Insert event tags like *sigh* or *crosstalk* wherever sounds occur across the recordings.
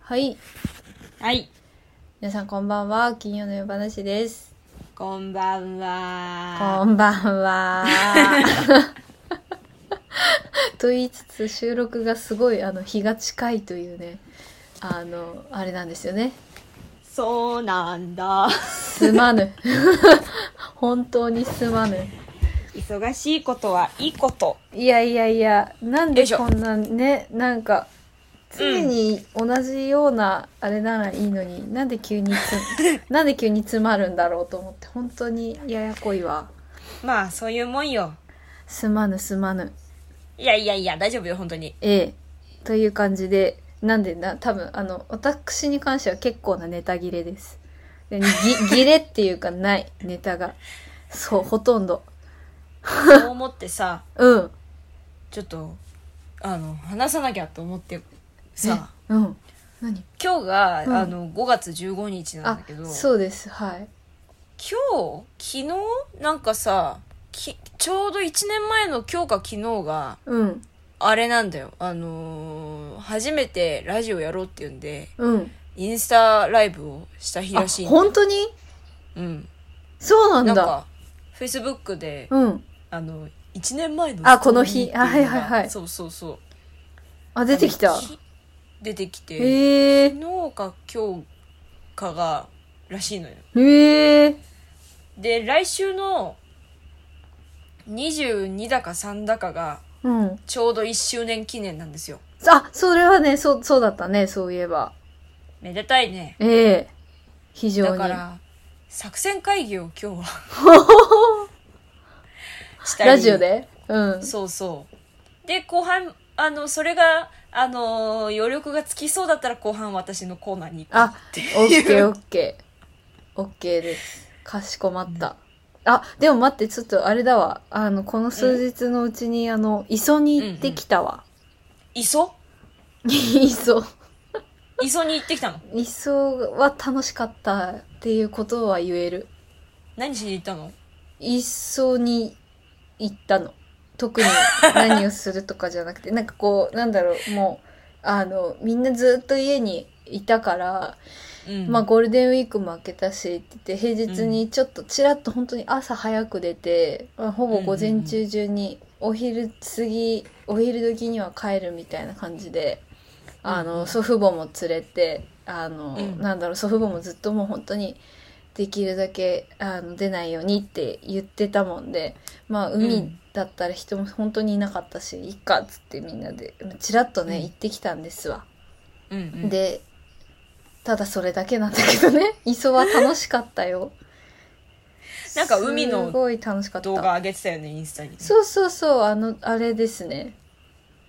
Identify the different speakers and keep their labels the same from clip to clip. Speaker 1: はい。
Speaker 2: はい、
Speaker 1: 皆さんこんばんは。金曜の夜話です。
Speaker 2: こんばんは。
Speaker 1: こんばん
Speaker 2: *laughs*
Speaker 1: は。と言いつつ収録がすごいあの日が近いというね、あの、あれなんですよね。
Speaker 2: そうなんだ。
Speaker 1: すまぬ。 *laughs* 本当にすまぬ。
Speaker 2: 忙しいことはいいこと。
Speaker 1: いやいやいや、なん
Speaker 2: よ
Speaker 1: で
Speaker 2: いしょ
Speaker 1: こんなね、なんか、常に同じようなあれならいいのに、なんで急に
Speaker 2: *laughs*
Speaker 1: つ、なんで急に詰まるんだろうと思って、本当にややこいわ。
Speaker 2: まあ、そういうもんよ。
Speaker 1: すまぬすまぬ。
Speaker 2: いやいやいや、大丈夫よ、本
Speaker 1: *laughs*
Speaker 2: 当に。
Speaker 1: ええ。という感じで、なんでな、多分、あの、私に関しては結構なネタ切れです。でぎ *laughs* 切れっていうかない、ネタが。そう、ほとんど。
Speaker 2: そう思ってさ、
Speaker 1: うん。
Speaker 2: ちょっと、あの、話さなきゃと思って、さ、
Speaker 1: えうん。何
Speaker 2: 今日が、
Speaker 1: うん
Speaker 2: あの、5月15日なん
Speaker 1: あ
Speaker 2: だけど、、今
Speaker 1: そうです。はい。
Speaker 2: 日、昨日なんかさ、きちょうど1年前の今日か昨日が、
Speaker 1: うん。
Speaker 2: あれなんだよ。あのー初めてラジオやろうって言うんで、
Speaker 1: うん。
Speaker 2: インスタライブをした日らしいんだよ
Speaker 1: 本当に
Speaker 2: うん、
Speaker 1: そうなん
Speaker 2: な
Speaker 1: だ
Speaker 2: んかフェイスブックで、
Speaker 1: うん
Speaker 2: あの1年前の
Speaker 1: あこの日
Speaker 2: ストーリーってうのが
Speaker 1: あはいはいはい
Speaker 2: そうそうそう
Speaker 1: あ出てきた
Speaker 2: あのき出てきて、
Speaker 1: へえ
Speaker 2: 昨日か今日かがらしいのよ
Speaker 1: へえ
Speaker 2: で来週の22だか3だかが
Speaker 1: うん
Speaker 2: ちょうど1周年記念なんですよ
Speaker 1: あそれはねそうそうだったねそういえば
Speaker 2: めでたいね
Speaker 1: ええ非常に
Speaker 2: だから作戦会議を
Speaker 1: *laughs*
Speaker 2: 今日はしたり
Speaker 1: ラジオでうん
Speaker 2: そうそう。で、後半、あの、それが、あのー余力がつきそうだったら後半私のコーナーに行こう
Speaker 1: あ
Speaker 2: って
Speaker 1: オッケ
Speaker 2: い
Speaker 1: ー
Speaker 2: う。
Speaker 1: オッケーオッケーですかしこまった、あでも待ってちょっとあれだわあのこの数日のうちに、あの磯に行ってきたわ、
Speaker 2: 磯
Speaker 1: *laughs* 磯
Speaker 2: 磯に行ってきたの
Speaker 1: 磯は楽しかったっていうことは言える
Speaker 2: 何しに行ったの
Speaker 1: 一層に行ったの特に何をするとかじゃなくて *laughs* なんかこうなんだろうもうあのみんなずっと家にいたから、
Speaker 2: うん。
Speaker 1: まあゴールデンウィークも明けたしって言って平日にちょっとちらっと本当に朝早く出て、まあほぼ午前中中にお昼過ぎお昼時には帰るみたいな感じであ
Speaker 2: うんう
Speaker 1: の
Speaker 2: ん
Speaker 1: 祖父母も連れてあの、
Speaker 2: うん
Speaker 1: なんだろう祖父母もずっともう本当にできるだけあの出ないようにって言ってたもんでまあ
Speaker 2: う
Speaker 1: 海
Speaker 2: ん
Speaker 1: だったら人も本当にいなかったし、いっかっつってみんなでちらっとね、
Speaker 2: うん
Speaker 1: 行ってきたんですわ。
Speaker 2: うんうん、
Speaker 1: でただそれだけなんだけどね *laughs* 磯は楽しかったよ。
Speaker 2: なんか海の
Speaker 1: すごい楽しかった
Speaker 2: 動画上げてたよね、インスタに。
Speaker 1: そうそうそう、あの、あれですね。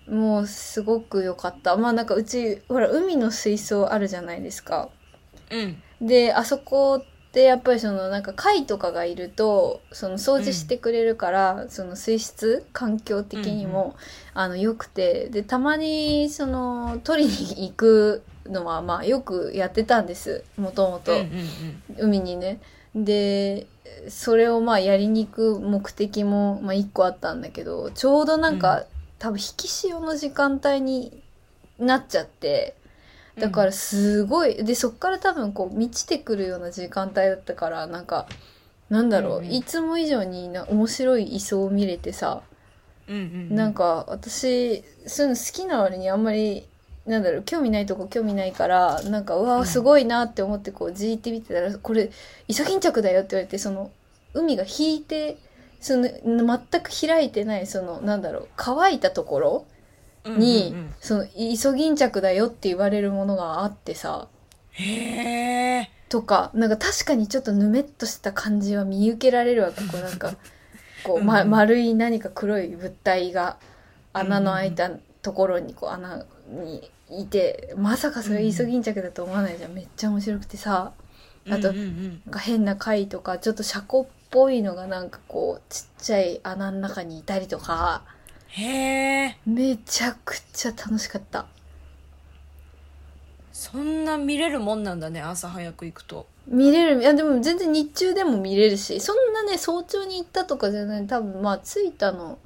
Speaker 1: もうすごく良かった。まあなんかうち、ほら、海の水槽あるじゃないですか。
Speaker 2: うん。
Speaker 1: で、あそこってやっぱりそのなんか貝とかがいると、その掃除してくれるから、その水質、環境的にも、
Speaker 2: うん
Speaker 1: あの、良くて、で、たまにその、取りに行くのはまあよくやってたんです。もともと。
Speaker 2: うんうんうん。
Speaker 1: 海にねでそれをまあやりに行く目的もまあ1個あったんだけどちょうどなんか、
Speaker 2: う
Speaker 1: 多分引き潮の時間帯になっちゃってだからすごい、でそっから多分こう満ちてくるような時間帯だったからなんかなんだろう、
Speaker 2: うんうん
Speaker 1: いつも以上にな面白い磯を見れてさ、
Speaker 2: うんうん、
Speaker 1: なん、か私そういうの好きな割にあんまりなんだろう興味ないとこ興味ないからなんかうわ
Speaker 2: う
Speaker 1: ー
Speaker 2: ん
Speaker 1: すごいなって思ってこうじーって見てたら「これイソギンチャクだよ」って言われてその海が引いてその全く開いてないそのなんだろう乾いたところに、
Speaker 2: うんうんうん
Speaker 1: そのイソギンチャクだよって言われるものがあってさ
Speaker 2: へえ。
Speaker 1: とかなんか確かにちょっとぬめっとした感じは見受けられるわけこうなんかこう、ま、
Speaker 2: うんうん
Speaker 1: 丸い何か黒い物体が穴の開いたところにこう穴にいてまさかそれイソギンチャクだと思わないじゃんめっちゃ面白くてさあと
Speaker 2: うんうんうん
Speaker 1: なんか変な貝とかちょっとシャコっぽいのがなんかこうちっちゃい穴の中にいたりとか
Speaker 2: へえ。
Speaker 1: めちゃくちゃ楽しかった
Speaker 2: そんな見れるもんなんだね、朝早く行くと。
Speaker 1: 見れるいやでも全然日中でも見れるしそんなね早朝に行ったとかじゃない多分まあ着いたの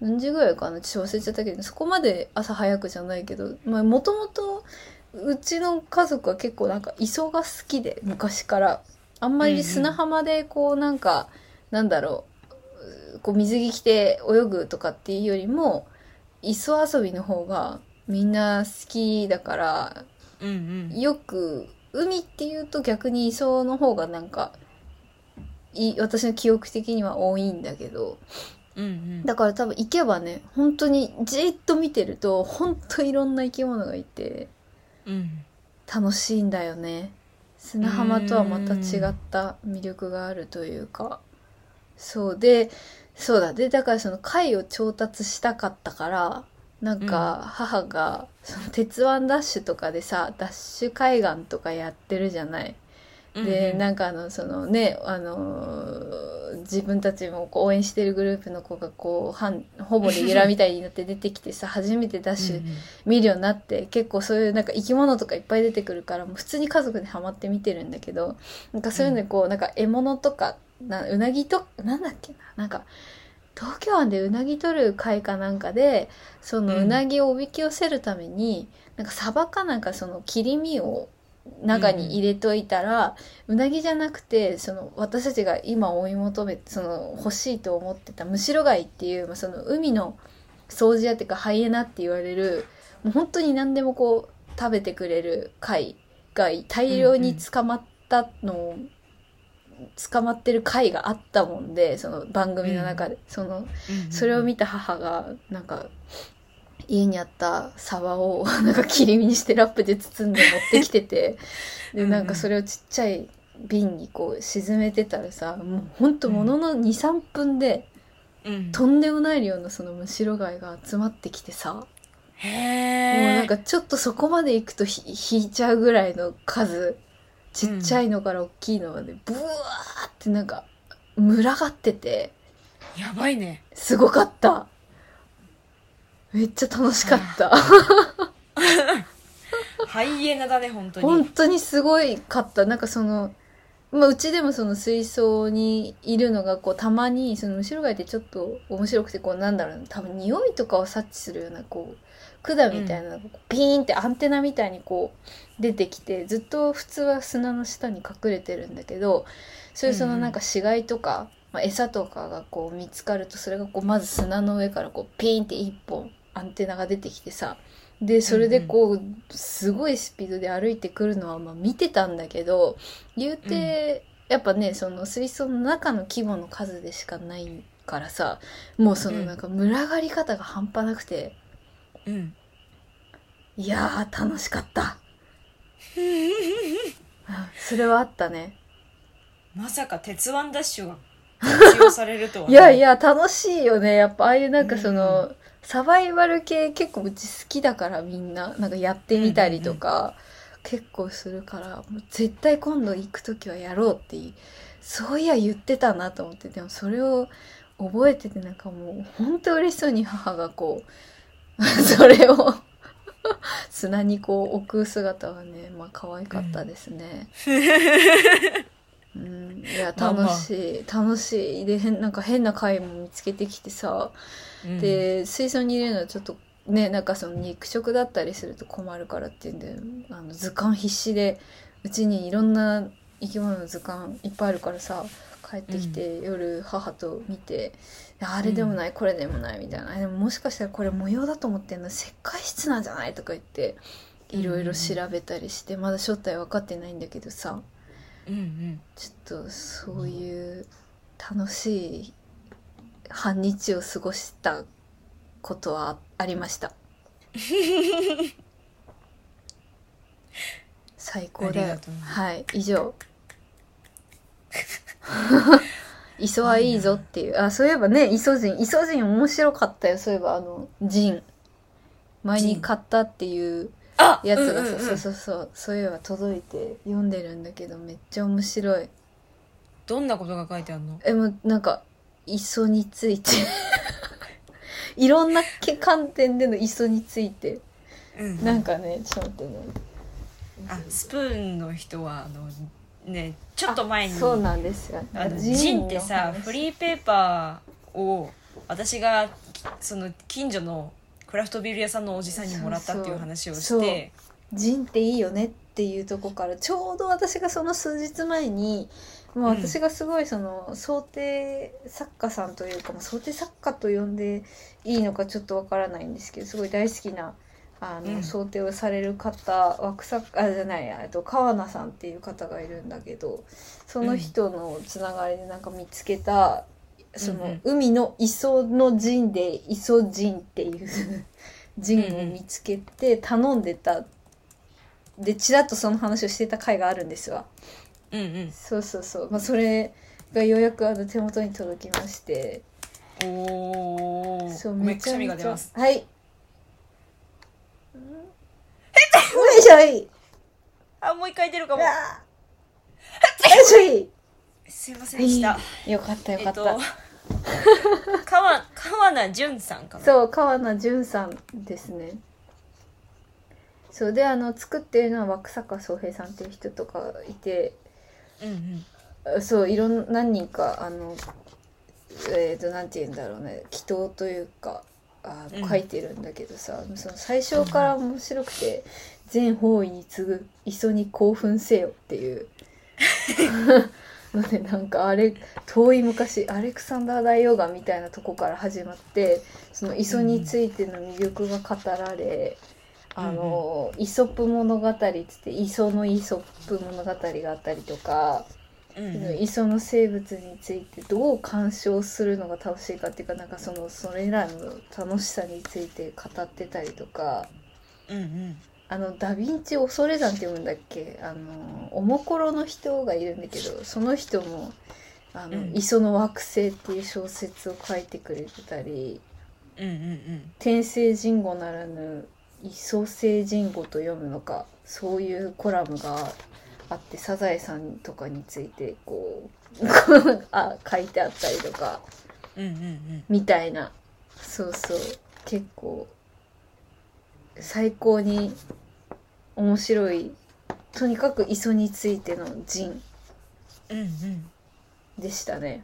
Speaker 1: 何時ぐらいかなちょっと忘れちゃったけどそこまで朝早くじゃないけどまあもともとうちの家族は結構なんか磯が好きで昔からあんまり砂浜でこうなんか、なんだろううこう水着着て泳ぐとかっていうよりも磯遊びの方がみんな好きだから
Speaker 2: うんうん
Speaker 1: よく海っていうと逆に磯の方がなんかい私の記憶的には多いんだけど
Speaker 2: うんうん
Speaker 1: だから多分行けばね本当にじーっと見てると本当いろんな生き物がいて。
Speaker 2: うん
Speaker 1: 楽しいんだよね砂浜とはまた違った魅力があるというかそうでそうだでだからその貝を調達したかったからなんか母が「その鉄腕ダッシュ」とかでさダッシュ海岸とかやってるじゃない。でなんかあのそのね、あのー自分たちもこう応援してるグループの子がこう半ほぼレギュラーみたいになって出てきてさ初めてダッシュ見るようになって結構そういうなんか生き物とかいっぱい出てくるからもう普通に家族でハマって見てるんだけどなんかそういうのでこう、なんか獲物とかなうなぎとなんだっけななんか東京湾でうなぎ取る会かなんかでその
Speaker 2: うん
Speaker 1: うなぎをおびき寄せるために、なんかサバかなんかその切り身を中に入れといたら、うなぎじゃなくてその私たちが今追い求めその欲しいと思ってたムシロガイっていう、まあ、その海の掃除屋っていうかハイエナって言われるもう本当に何でもこう食べてくれる貝が大量に捕まったのを、捕まってる貝があったもんでその番組の中で、そのそれを見た母がなんか家にあったサバを *laughs* なんか切り身にしてラップで包んで持ってきてて
Speaker 2: うん
Speaker 1: で
Speaker 2: うん
Speaker 1: なんかそれをちっちゃい瓶にこう沈めてたらさもうほんとものの23分で
Speaker 2: うん
Speaker 1: とんでもない量のそのムシロガイが集まってきてさ
Speaker 2: へ
Speaker 1: もう
Speaker 2: え
Speaker 1: なんかちょっとそこまで行くとひ引いちゃうぐらいの数ちっちゃいのから大きいのまでブワーってなんか群がってて。
Speaker 2: やばいね
Speaker 1: すごかった。めっちゃ楽しかった。
Speaker 2: ハイエナだね本当に
Speaker 1: 本当にすごいかった。なんかその、まあ、うちでもその水槽にいるのがこうたまにその後ろがいてちょっと面白くてこうなんだろうな多分匂いとかを察知するようなこう管みたいなのがこうピーンってアンテナみたいにこう出てきてずっと普通は砂の下に隠れてるんだけどそういうそ
Speaker 2: うん
Speaker 1: の
Speaker 2: うん
Speaker 1: なんか死骸とか、まあ、餌とかがこう見つかるとそれがこうまず砂の上からこうピーンって一本アンテナが出てきてさでそれでこうすごいスピードで歩いてくるのはまあ見てたんだけど言うて、やっぱねその水槽の中の規模の数でしかないからさもうそのなんか群がり方が半端なくて
Speaker 2: うん
Speaker 1: いやー楽しかった *laughs* うんそれはあったね
Speaker 2: まさか鉄腕ダッシュが
Speaker 1: *laughs*
Speaker 2: 活用されるとはね
Speaker 1: いやいや楽しいよねやっぱああいうなんかその、
Speaker 2: う
Speaker 1: サバイバル系結構うち好きだからみんななんかやってみたりとか、結構するからもう絶対今度行く時はやろうっていうそういや言ってたなと思ってでもそれを覚えててなんかもう本当嬉しそうに母がこう *laughs* それを砂にこう置く姿はねまあ可愛かったですね。うん、いや
Speaker 2: まあまあ
Speaker 1: 楽しい、楽しいで変なんか変な貝も見つけてきてさ、
Speaker 2: うん
Speaker 1: で水槽に入れるのはちょっとねなんかその肉食だったりすると困るからっていうんであの図鑑必死でうちにいろんな生き物の図鑑いっぱいあるからさ帰ってきて、夜母と見て「あれでもない、これでもない」みたいなあ「でももしかしたらこれ模様だと思ってんの石灰質なんじゃない?」とか言っていろいろ調べたりして、まだ正体分かってないんだけどさ、
Speaker 2: うんうん
Speaker 1: ちょっとそういう楽しい半日を過ごしたことはありま
Speaker 2: *laughs*
Speaker 1: した。最高
Speaker 2: あ
Speaker 1: だ
Speaker 2: りが
Speaker 1: よ
Speaker 2: とう。
Speaker 1: はい、以
Speaker 2: *laughs*
Speaker 1: 上。磯はいいぞっていう。あ、そういえばね、磯人。磯人面白かったよ。そういえば、あの、ジン。前に買ったっていう。
Speaker 2: あ
Speaker 1: やつが
Speaker 2: うんうんうん
Speaker 1: そうそうそうそういうのが届いて読んでるんだけどめっちゃ面白い
Speaker 2: どんなことが書いてあるの
Speaker 1: えもうなんか磯について *laughs* いろんなけ観点での磯について
Speaker 2: うん
Speaker 1: なんかねちょっと待ってね
Speaker 2: あスプーンの人はあのねちょっと前に
Speaker 1: あそうなんですよ
Speaker 2: あのジンってさフ
Speaker 1: ー
Speaker 2: リーペーパーを私がその近所のクラフトビール屋さんのおじさんにもらったっていう話をして
Speaker 1: そうそうジンっていいよねっていうとこからちょうど私がその数日前にもう
Speaker 2: うん
Speaker 1: 私がすごいその想定作家さんというか、もう想定作家と呼んでいいのかちょっとわからないんですけどすごい大好きなあの、
Speaker 2: うん
Speaker 1: 想定をされる方枠作家あじゃないえっと川名さんっていう方がいるんだけどその人のつながりでなんか見つけた、そ
Speaker 2: うんう
Speaker 1: の
Speaker 2: ん
Speaker 1: 海の磯の陣で磯陣っていう陣を見つけて頼んでたでちらっとその話をしてた回があるんですわ
Speaker 2: うんうん
Speaker 1: そうそうそう、まあ、それがようやくあの手元に届きまして
Speaker 2: おお
Speaker 1: そう
Speaker 2: めっちゃみが出ます
Speaker 1: はいよいしょい
Speaker 2: あもう一回出るか
Speaker 1: う
Speaker 2: も
Speaker 1: わーよいしょい
Speaker 2: すいませんでした、
Speaker 1: よかったよ
Speaker 2: え
Speaker 1: か
Speaker 2: っ
Speaker 1: った、
Speaker 2: と川川名淳さんかな
Speaker 1: そう川名淳さんですねそうであの作ってるのは枠坂宗平さんっていう人とかいて
Speaker 2: うんうん
Speaker 1: そういろん何人かあのえっ、となんて言うんだろうね祈祷というかあ
Speaker 2: うん
Speaker 1: 書いてるんだけどさ、その最初から面白くて「全方位に次ぐ磯に興奮せよ」っていう *laughs* のでなんかあれ遠い昔アレクサンダー大王がみたいなとこから始まってその磯についての魅力が語られ。あのイソップ物語っつって磯のイソップ物語があったりとか、
Speaker 2: うん
Speaker 1: その
Speaker 2: うん
Speaker 1: 磯の生物についてどう鑑賞するのが楽しいかっていうかなんかそのそれらの楽しさについて語ってたりとか
Speaker 2: うんうん
Speaker 1: あのダ・ヴィンチ恐れ山って読むんだっけあのおもころの人がいるんだけどその人もあの、
Speaker 2: うん
Speaker 1: 磯の惑星っていう小説を書いてくれてたり
Speaker 2: うんうん
Speaker 1: 天聖人語ならぬ磯聖人語と読むのかそういうコラムがあってサザエさんとかについてこう *laughs* あ書いてあったりとか
Speaker 2: うんうんうん
Speaker 1: みたいなそうそう結構最高に面白いとにかく磯についての人
Speaker 2: うんうん
Speaker 1: でしたね。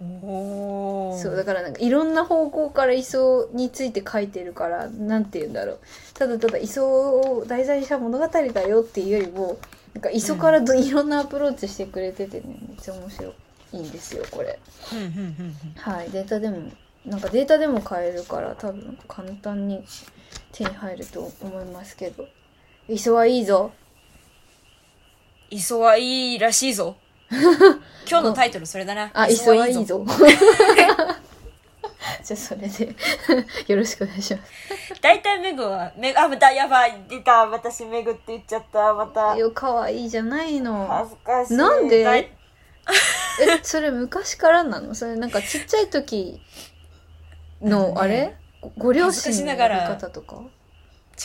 Speaker 2: うんおお
Speaker 1: そうだからなんかいろんな方向から磯について書いてるからなんて言うんだろうただただ磯を題材にした物語だよっていうよりもなんか磯からどいろんなアプローチしてくれててねめっちゃ面白いんですよこれ
Speaker 2: うんうんうん
Speaker 1: はいデータでもなんかデータでも買えるから多分簡単に手に入ると思いますけど磯はいいぞ
Speaker 2: 磯はいいらしいぞ。今日のタイトルそれだな。
Speaker 1: あ磯はいい。ぞ *laughs* じゃあそれでよろしくお願いします
Speaker 2: 大体メグは、メグ、あ、またやばい、出た、私メグって言っちゃった、また。
Speaker 1: よ可愛いじゃないの
Speaker 2: 恥ずかしい。
Speaker 1: なんで
Speaker 2: 大
Speaker 1: えそれ昔からなのそれなんかちっちゃい時
Speaker 2: ね
Speaker 1: のあれごご両
Speaker 2: 恥ずかし
Speaker 1: 親の
Speaker 2: な
Speaker 1: や
Speaker 2: がら
Speaker 1: り方とか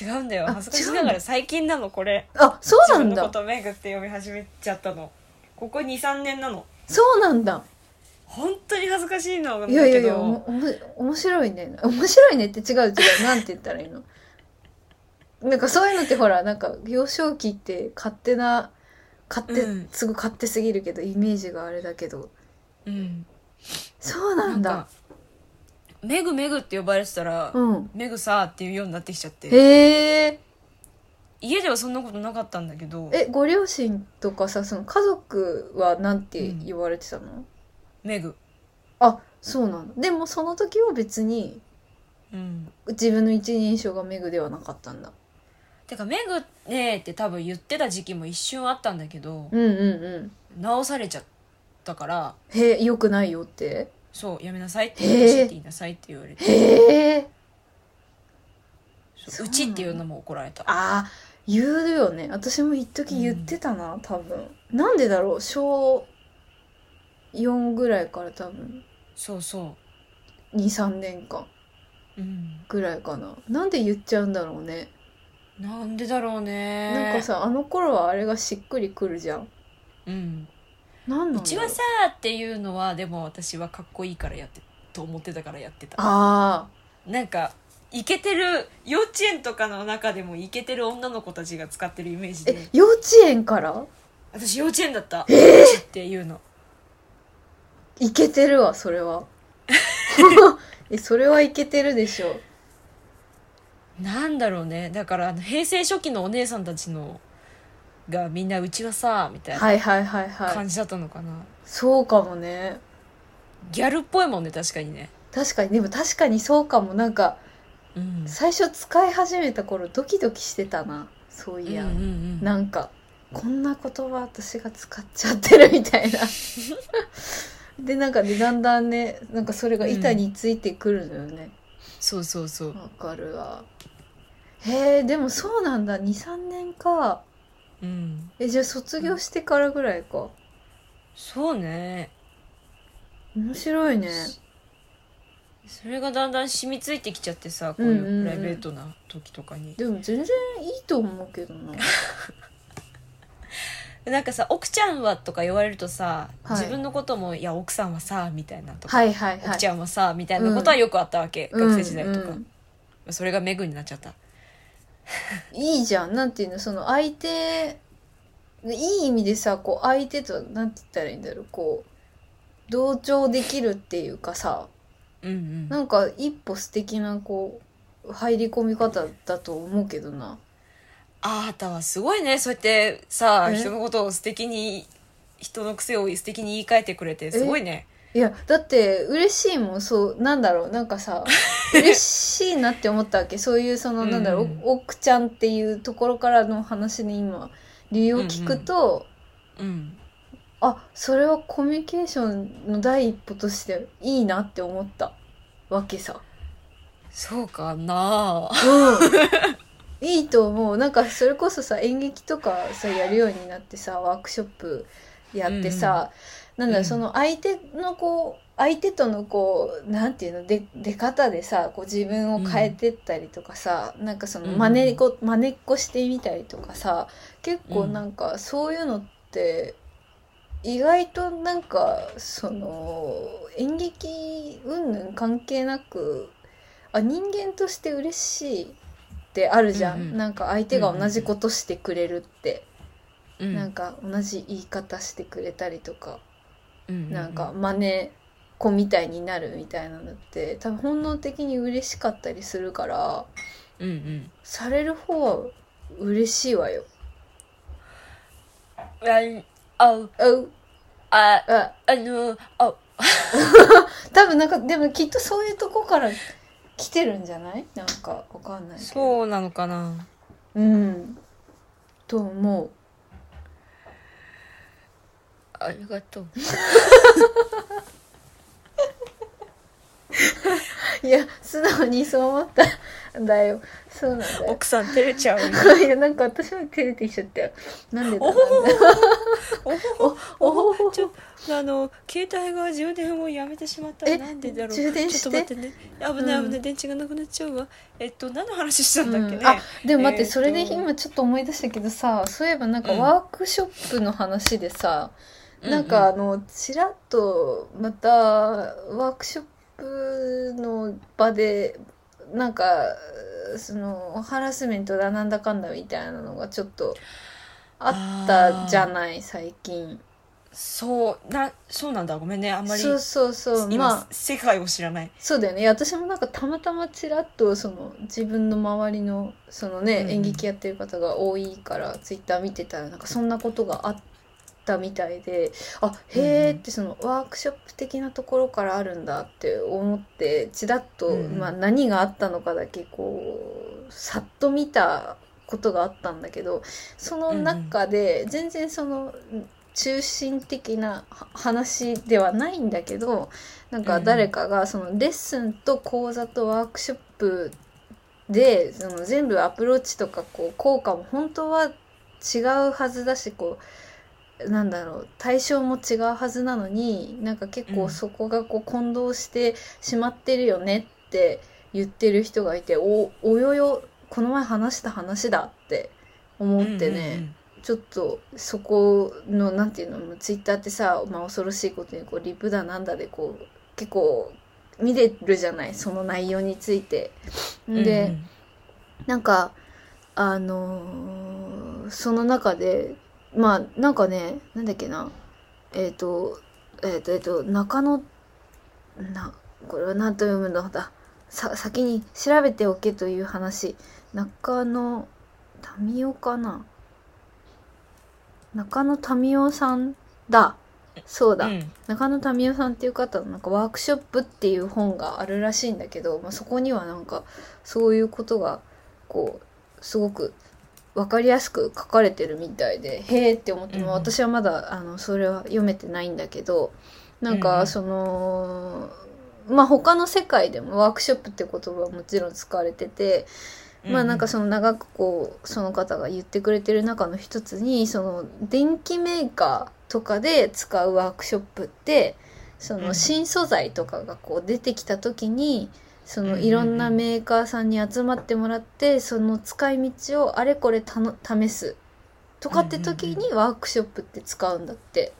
Speaker 2: 違うんだよ。
Speaker 1: あ
Speaker 2: 恥ずかしながら最近なの、これ。
Speaker 1: あそうな
Speaker 2: 自
Speaker 1: ん
Speaker 2: 分のこ
Speaker 1: だ
Speaker 2: とメグって読み始めちゃったの。ここ2、3年なの。
Speaker 1: そうなんだ
Speaker 2: 本当に恥ずかしいのなんだ
Speaker 1: い
Speaker 2: けど。
Speaker 1: やいやいやおもおも面白いね面白いねって違う違うなんて言ったらいいのなんかそういうのってほらなんか幼少期って勝手な勝手、
Speaker 2: うん
Speaker 1: すぐ勝手すぎるけどイメージがあれだけど
Speaker 2: うん。
Speaker 1: そうなんだ
Speaker 2: か、メグメグって呼ばれてたら、
Speaker 1: うん
Speaker 2: メグさーっていうようになってきちゃって。
Speaker 1: へえ
Speaker 2: 家ではそんなことなかったんだけど。
Speaker 1: えご両親とかさその家族はなんて言われてたの、
Speaker 2: メグ。
Speaker 1: あそうなのでもその時は別に
Speaker 2: うん。
Speaker 1: 自分の一人称がメグではなかったんだ
Speaker 2: てか「メグね」って多分言ってた時期も一瞬あったんだけど
Speaker 1: うんうんうん
Speaker 2: 直されちゃったから
Speaker 1: へえよくないよって
Speaker 2: 「そうやめなさい」って「
Speaker 1: へー
Speaker 2: うち」って言いなさいって言われて
Speaker 1: へえ
Speaker 2: 「
Speaker 1: そ
Speaker 2: そうううち」っていうのも怒られた
Speaker 1: あー言うよね私も一時言ってたな、多分なんでだろう小4ぐらいから多分
Speaker 2: そうそ
Speaker 1: 23年間
Speaker 2: ううん
Speaker 1: ぐらいかななんで言っちゃうんだろうね、
Speaker 2: なんでだろうね
Speaker 1: なんかさあの頃はあれがしっくりくるじゃん
Speaker 2: うん
Speaker 1: なんな
Speaker 2: 「う
Speaker 1: んだ
Speaker 2: ち
Speaker 1: ろう
Speaker 2: はさ」っていうのはでも私はかっこいいからやってと思ってたからやってた
Speaker 1: あ
Speaker 2: なんかイケてる幼稚園とかの中でもイケてる女の子たちが使ってるイメージ
Speaker 1: ーえ
Speaker 2: で
Speaker 1: 幼稚園から
Speaker 2: 私幼稚園だった「うち」っていうの
Speaker 1: いけてるわ
Speaker 2: *laughs*
Speaker 1: それはえそれはいけてるでしょ
Speaker 2: なんだろうねだからあの平成初期のお姉さんたちのがみんなうちはさみたいな
Speaker 1: はいはいはいはい
Speaker 2: 感じだったのかな、
Speaker 1: そうかもね
Speaker 2: ギャルっぽいもんね確かにね
Speaker 1: 確かにでも確かにそうかもなんか
Speaker 2: うん
Speaker 1: 最初使い始めた頃ドキドキしてたなそういや、
Speaker 2: うんうんうん
Speaker 1: なんかこんな言葉私が使っちゃってるみた
Speaker 2: *laughs*
Speaker 1: いなでなんかねだんだんねなんかそれが板についてくるのよね
Speaker 2: そうそうそう
Speaker 1: わ、かるわへえでもそうなんだ23年か
Speaker 2: うん
Speaker 1: えじゃあ卒業してからぐらいか
Speaker 2: そうね
Speaker 1: 面白いね
Speaker 2: それがだんだん染みついてきちゃってさこうい
Speaker 1: んうんうん
Speaker 2: ううプライベートな時とかに、
Speaker 1: でも全然いいと思うけどな
Speaker 2: なんかさ「奥ちゃんは」とか言われるとさ、
Speaker 1: はい
Speaker 2: 自分のことも「いや奥さんはさ」みたいなと
Speaker 1: *laughs*
Speaker 2: か、
Speaker 1: はいはいはい
Speaker 2: 奥ちゃんはさ」みたいなことはよくあったわけ、学生時代とか、
Speaker 1: うん
Speaker 2: それがメグになっちゃった
Speaker 1: うんいいじゃんなんていうのその相手いい意味でさこう相手となんて言ったらいいんだろうこう同調できるっていうかさ
Speaker 2: うんうん
Speaker 1: なんか一歩素敵なこう入り込み方だと思うけどな
Speaker 2: あーたはすごいねそうやってさ
Speaker 1: え
Speaker 2: 人のことを素敵に人の癖を素敵に言い換えてくれてすごいね
Speaker 1: いやだって嬉しいもんそうなんだろうなんかさ嬉しいなって思ったわけそういうそのなんだろう
Speaker 2: うん
Speaker 1: 奥ちゃんっていうところからの話に今理由を聞くと、
Speaker 2: うん
Speaker 1: あそれはコミュニケーションの第一歩としていいなって思ったわけさ、
Speaker 2: そうかなあ
Speaker 1: うん、いいと思うなんかそれこそさ演劇とかさやるようになってさワークショップやってさ、なんだろう
Speaker 2: うん
Speaker 1: その相手のこう相手とのこうなんていうので出方でさこう自分を変えてったりとかさ、なんかその真似っこ真似っこしてみたりとかさ結構なんかそういうのって、意外となんかその演劇云々関係なくあ人間として嬉しいってあるじゃん、
Speaker 2: うんうん
Speaker 1: なんか相手が同じことしてくれるって、
Speaker 2: うん
Speaker 1: なんか同じ言い方してくれたりとか、
Speaker 2: うう
Speaker 1: なんか真似っ子みたいになるみたいなのって多分本能的に嬉しかったりするから
Speaker 2: うんうん
Speaker 1: される方は嬉しいわよ。
Speaker 2: ああ
Speaker 1: あう
Speaker 2: あ
Speaker 1: あ
Speaker 2: あのあ
Speaker 1: 多分なんかでもきっとそういうとこから来てるんじゃないなんかわかんないけど
Speaker 2: そうなのかな
Speaker 1: うんと思う
Speaker 2: ありがとう
Speaker 1: いや素直にそう思ったんだよそうなんだよ
Speaker 2: 奥さん照れちゃう
Speaker 1: いやなんか私も照れてきちゃったよなんでだ
Speaker 2: お
Speaker 1: ろ
Speaker 2: ほ
Speaker 1: う
Speaker 2: ほ
Speaker 1: なんだ
Speaker 2: おほほ
Speaker 1: *laughs* おほほ
Speaker 2: ちょあの携帯が充電をやめてしまった
Speaker 1: え
Speaker 2: なんでだろう
Speaker 1: 充電して
Speaker 2: ちょっと待ってね危な
Speaker 1: うん
Speaker 2: い危ない、電池がなくなっちゃうわえっと何の話したんだっけね、
Speaker 1: うんあでも待って、
Speaker 2: えーと
Speaker 1: それで今ちょっと思い出したけどさそういえばなんか
Speaker 2: うん
Speaker 1: ワークショップの話でさ、
Speaker 2: うんうん
Speaker 1: なんかあのちらっとまたワークショップの場でなんかそのハラスメントだなんだかんだみたいなのがちょっとあったじゃない最近
Speaker 2: そうなそうなんだごめんねあんまり
Speaker 1: そうそうそう
Speaker 2: 今、
Speaker 1: まあ
Speaker 2: 世界を知らない
Speaker 1: そうだよねいや私もなんかたまたまちらっとその自分の周りのそのね、
Speaker 2: うん
Speaker 1: 演劇やってる方が多いからツイッター見てたらなんかそんなことがあったみたいであへえ
Speaker 2: う
Speaker 1: っ
Speaker 2: ん
Speaker 1: てそのワークショップ的なところからあるんだって思ってちらっと、
Speaker 2: うん
Speaker 1: まあ、何があったのかだけこうさっと見たことがあったんだけどその中で全然その中心的なは話ではないんだけどなんか誰かがそのレッスンと講座とワークショップでその全部アプローチとかこう効果も本当は違うはずだしこうなんだろう対象も違うはずなのになんか結
Speaker 2: う
Speaker 1: 構
Speaker 2: ん
Speaker 1: そこがこう混同してしまってるよねって言ってる人がいておおよよこの前話した話だって思ってね。ちょっとそこのなんていうのツイッターってさ、まあ、恐ろしいことにこうリプだなんだでこう結構見れるじゃないその内容について。
Speaker 2: うんうんうん
Speaker 1: で、なんかあのーその中でまあなんかねなんだっけなえっ、とえっ、とえっ、と中野なこれは何と読むのださ先に調べておけという話中野民夫かな中野民夫さんだそうだ、
Speaker 2: うん
Speaker 1: 中野民夫さんっていう方のなんかワークショップっていう本があるらしいんだけど、まあ、そこにはなんかそういうことがこうすごく分かりやすく書かれてるみたいでへえって思っても、
Speaker 2: うんうん
Speaker 1: 私はまだあのそれは読めてないんだけどなん
Speaker 2: うんう
Speaker 1: か
Speaker 2: ん
Speaker 1: その、まあ他の世界でもワークショップって言葉はもちろん使われてて、まあなんかその長くこうその方が言ってくれてる中の一つにその電機メーカーとかで使うワークショップってそ
Speaker 2: うん
Speaker 1: の新素材とかがこう出てきた時にそ
Speaker 2: うんうん
Speaker 1: の
Speaker 2: うん
Speaker 1: いろんなメーカーさんに集まってもらってその使い道をあれこれたの試すとかって時
Speaker 2: うんうん
Speaker 1: にワークショップって使うんだって。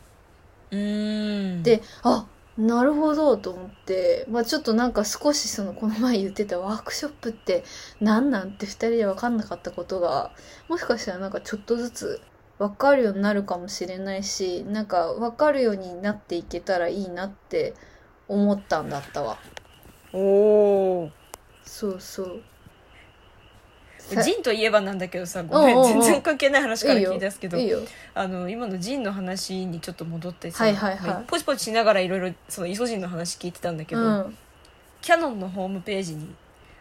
Speaker 2: うーん
Speaker 1: であなるほどと思って、まあ、ちょっとなんか少しそのこの前言ってたワークショップって何なんて2人で分かんなかったことがもしかしたらなんかちょっとずつ分かるようになるかもしれないしなんか分かるようになっていけたらいいなって思ったんだったわ
Speaker 2: おお
Speaker 1: そうそうさ
Speaker 2: ジンといえばなんだけどさごめ
Speaker 1: お
Speaker 2: ん
Speaker 1: うおうおう
Speaker 2: 全然関係ない話か
Speaker 1: い
Speaker 2: ら
Speaker 1: いよ
Speaker 2: 聞いたんですけど
Speaker 1: いいよ
Speaker 2: あの今のジンの話にちょっと戻ってさ、
Speaker 1: はいはいはい
Speaker 2: まあポチポチしながらいろいろそのイソジンの話聞いてたんだけ
Speaker 1: う
Speaker 2: ど、
Speaker 1: ん
Speaker 2: キャノンのホームページに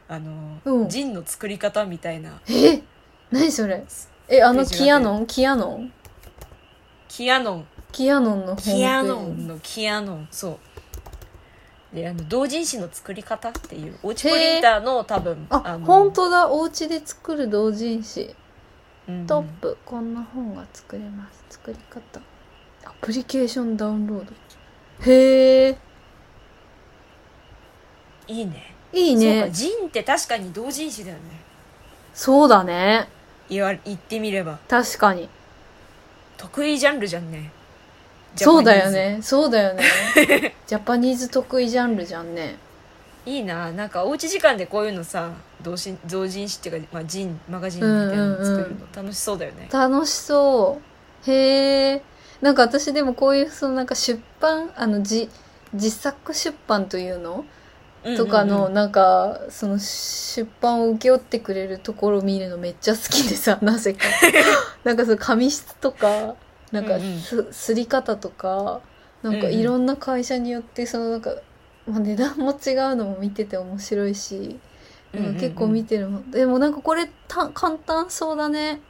Speaker 2: あの、
Speaker 1: うん
Speaker 2: ジンの作り方みたいな
Speaker 1: え何それえあのキアノンキアノン
Speaker 2: キアノン
Speaker 1: キアノンのホームページ
Speaker 2: キアノンのキアノンそうであの同人誌の作り方っていうおうちプリンターの多分
Speaker 1: あ
Speaker 2: の
Speaker 1: 本当だお家で作る同人誌
Speaker 2: うん
Speaker 1: トップ、こんな本が作れます作り方アプリケーションダウンロードへえ
Speaker 2: いいね
Speaker 1: いい
Speaker 2: そうか
Speaker 1: ね
Speaker 2: ジンって確かに同人誌だよね
Speaker 1: そうだね
Speaker 2: 言わ言ってみれば
Speaker 1: 確かに
Speaker 2: 得意ジャンルじゃんね
Speaker 1: そうだよ
Speaker 2: ジャパニーズ
Speaker 1: ねそうだよね
Speaker 2: *laughs*
Speaker 1: ジャパニーズ得意ジャンルじゃんね
Speaker 2: いいななんかおうち時間でこういうのさ同人同人誌っていうか、まあ、ジンマガジンみたいなの作るの楽しそうだよね、
Speaker 1: 楽しそうへえなんか私でもこういうそのなんか出版あのじ実作出版というの
Speaker 2: うんうんう
Speaker 1: と
Speaker 2: ん
Speaker 1: かのなんかその出版を請け負ってくれるところを見るのめっちゃ好きで
Speaker 2: *laughs*
Speaker 1: さなぜかなんかその紙質とかなんか
Speaker 2: うんうん
Speaker 1: す,、り方とかなんか
Speaker 2: うんうん
Speaker 1: いろんな会社によってそのなんか、まあ、値段も違うのも見てて面白いし、
Speaker 2: うんうんうん
Speaker 1: 結構見てるもんでもなんかこれた簡単そうだね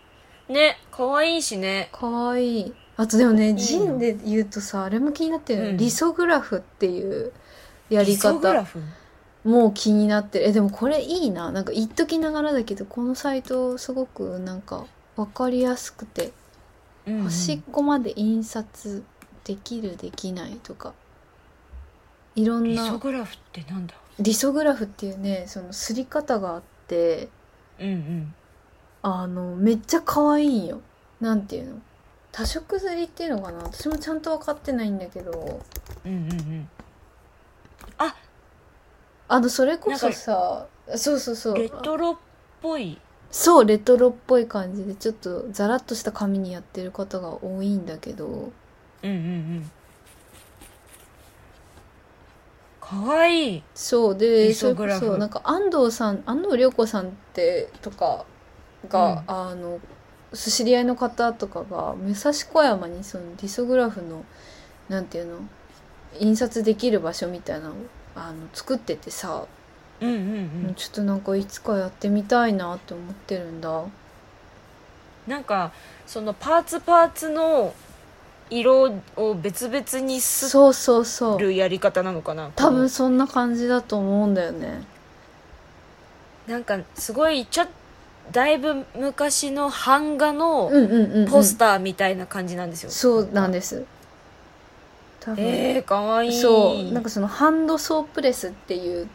Speaker 2: ね可愛いしね
Speaker 1: かわいいあとでもね
Speaker 2: な
Speaker 1: ジンで言うとさあれも気になってるのよ、
Speaker 2: うん
Speaker 1: リソグラフっていうやり
Speaker 2: リソグ
Speaker 1: 方
Speaker 2: ラフ
Speaker 1: もう気になってるえでもこれいいななんか言っときながらだけどこのサイトすごくなんか分かりやすくて
Speaker 2: うんうん
Speaker 1: 端っこまで印刷できるできないとかいろん
Speaker 2: リソ
Speaker 1: な
Speaker 2: グラフってなんだ
Speaker 1: リソグラフっていうねそのすり方があって
Speaker 2: うんうん
Speaker 1: あのめっちゃ可愛いんよなんていうの多色刷りっていうのかな私もちゃんと分かってないんだけど
Speaker 2: うんうんうん
Speaker 1: あのそれこそさそうそうそう
Speaker 2: レトロっぽい
Speaker 1: そう、レトロっぽい感じで、ちょっとザラッとした紙にやってる方が多いんだけど、
Speaker 2: うんうんうん可愛い
Speaker 1: そう、で、
Speaker 2: リ
Speaker 1: そ
Speaker 2: ソ
Speaker 1: れ
Speaker 2: グ
Speaker 1: こ
Speaker 2: ラフ
Speaker 1: そ、なんか安藤さん、安藤涼子さんって、とかが、
Speaker 2: う
Speaker 1: あの、知り合いの方とかが、武蔵小山にそのリソグラフの、なんていうの、印刷できる場所みたいなのを、あの、作っててさ、
Speaker 2: うんうんうん
Speaker 1: ちょっとなんかいつかやってみたいなって思ってるんだ。
Speaker 2: なんかそのパーツパーツの色を別々にす
Speaker 1: そうそうそう。
Speaker 2: るやり方なのかな
Speaker 1: 多分そんな感じだと思うんだよね。
Speaker 2: なんかすごいちょだいぶ昔の版画の
Speaker 1: うんうんうんうん、
Speaker 2: ポスターみたいな感じなんですよ、
Speaker 1: そうなんです多分、
Speaker 2: えー、かわいい
Speaker 1: そうなんかそのハンドソープレスっていう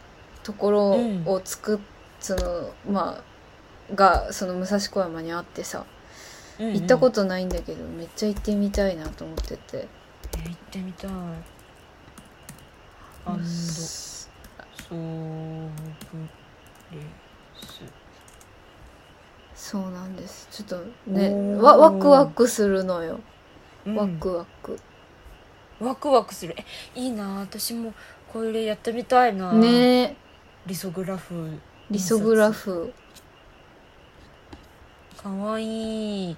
Speaker 1: ところ
Speaker 2: うん
Speaker 1: を作っ、そのまあがその武蔵小山にあってさ
Speaker 2: うんうん
Speaker 1: 行ったことないんだけど、めっちゃ行ってみたいなと思ってて
Speaker 2: えー行ってみたいあの
Speaker 1: す
Speaker 2: そうです
Speaker 1: そうなんですちょっとね
Speaker 2: おー
Speaker 1: わワクワクするのよ
Speaker 2: うん
Speaker 1: ワクワク、
Speaker 2: ワクワクするえいいな私もこれやってみたいな
Speaker 1: ねえ
Speaker 2: リソグラフ
Speaker 1: リソグラフ
Speaker 2: かわいい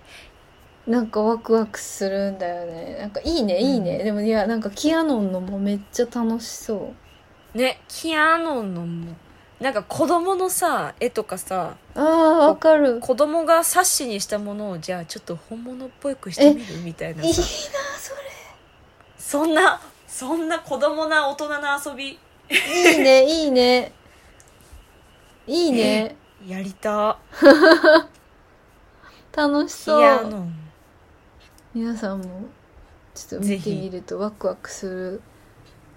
Speaker 1: なんかワクワクするんだよねなんかいいねいいね、
Speaker 2: うん
Speaker 1: でもいやなんかキアノンのもめっちゃ楽しそ
Speaker 2: ねキアノンのもなんか子供のさ絵とかさ
Speaker 1: うあーわかる
Speaker 2: 子供が冊子にしたものをじゃあちょっと本物っぽくしてみるみたいない
Speaker 1: いな
Speaker 2: さ
Speaker 1: そ
Speaker 2: そんなそんな子供な大人な遊び
Speaker 1: れいいねいいねいいね
Speaker 2: やりた
Speaker 1: 楽し
Speaker 2: キ
Speaker 1: そ
Speaker 2: ア
Speaker 1: う
Speaker 2: ノン
Speaker 1: 皆さんもちょっと
Speaker 2: ぜ
Speaker 1: 見て
Speaker 2: ひ
Speaker 1: みるとワクワクする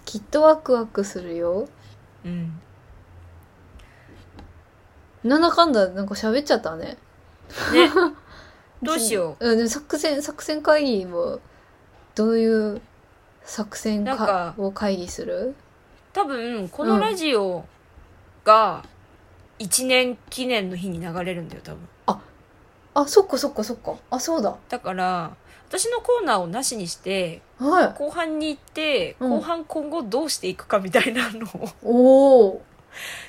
Speaker 1: きっとワクワクするよ
Speaker 2: うん
Speaker 1: なんだかんだなんか喋っちゃったね
Speaker 2: ねどうしよ
Speaker 1: う、うん、でも作戦作戦会議もどういう作戦
Speaker 2: なんか
Speaker 1: かを会議する
Speaker 2: う多分このラジオが1年記念の日に流れるんだよ多分
Speaker 1: あそっかそっかそっかあそうだ
Speaker 2: だから私のコーナーをなしにして
Speaker 1: はい
Speaker 2: 後半に行って
Speaker 1: うん
Speaker 2: 後半今後どうしていくかみたいなのを *laughs*
Speaker 1: おお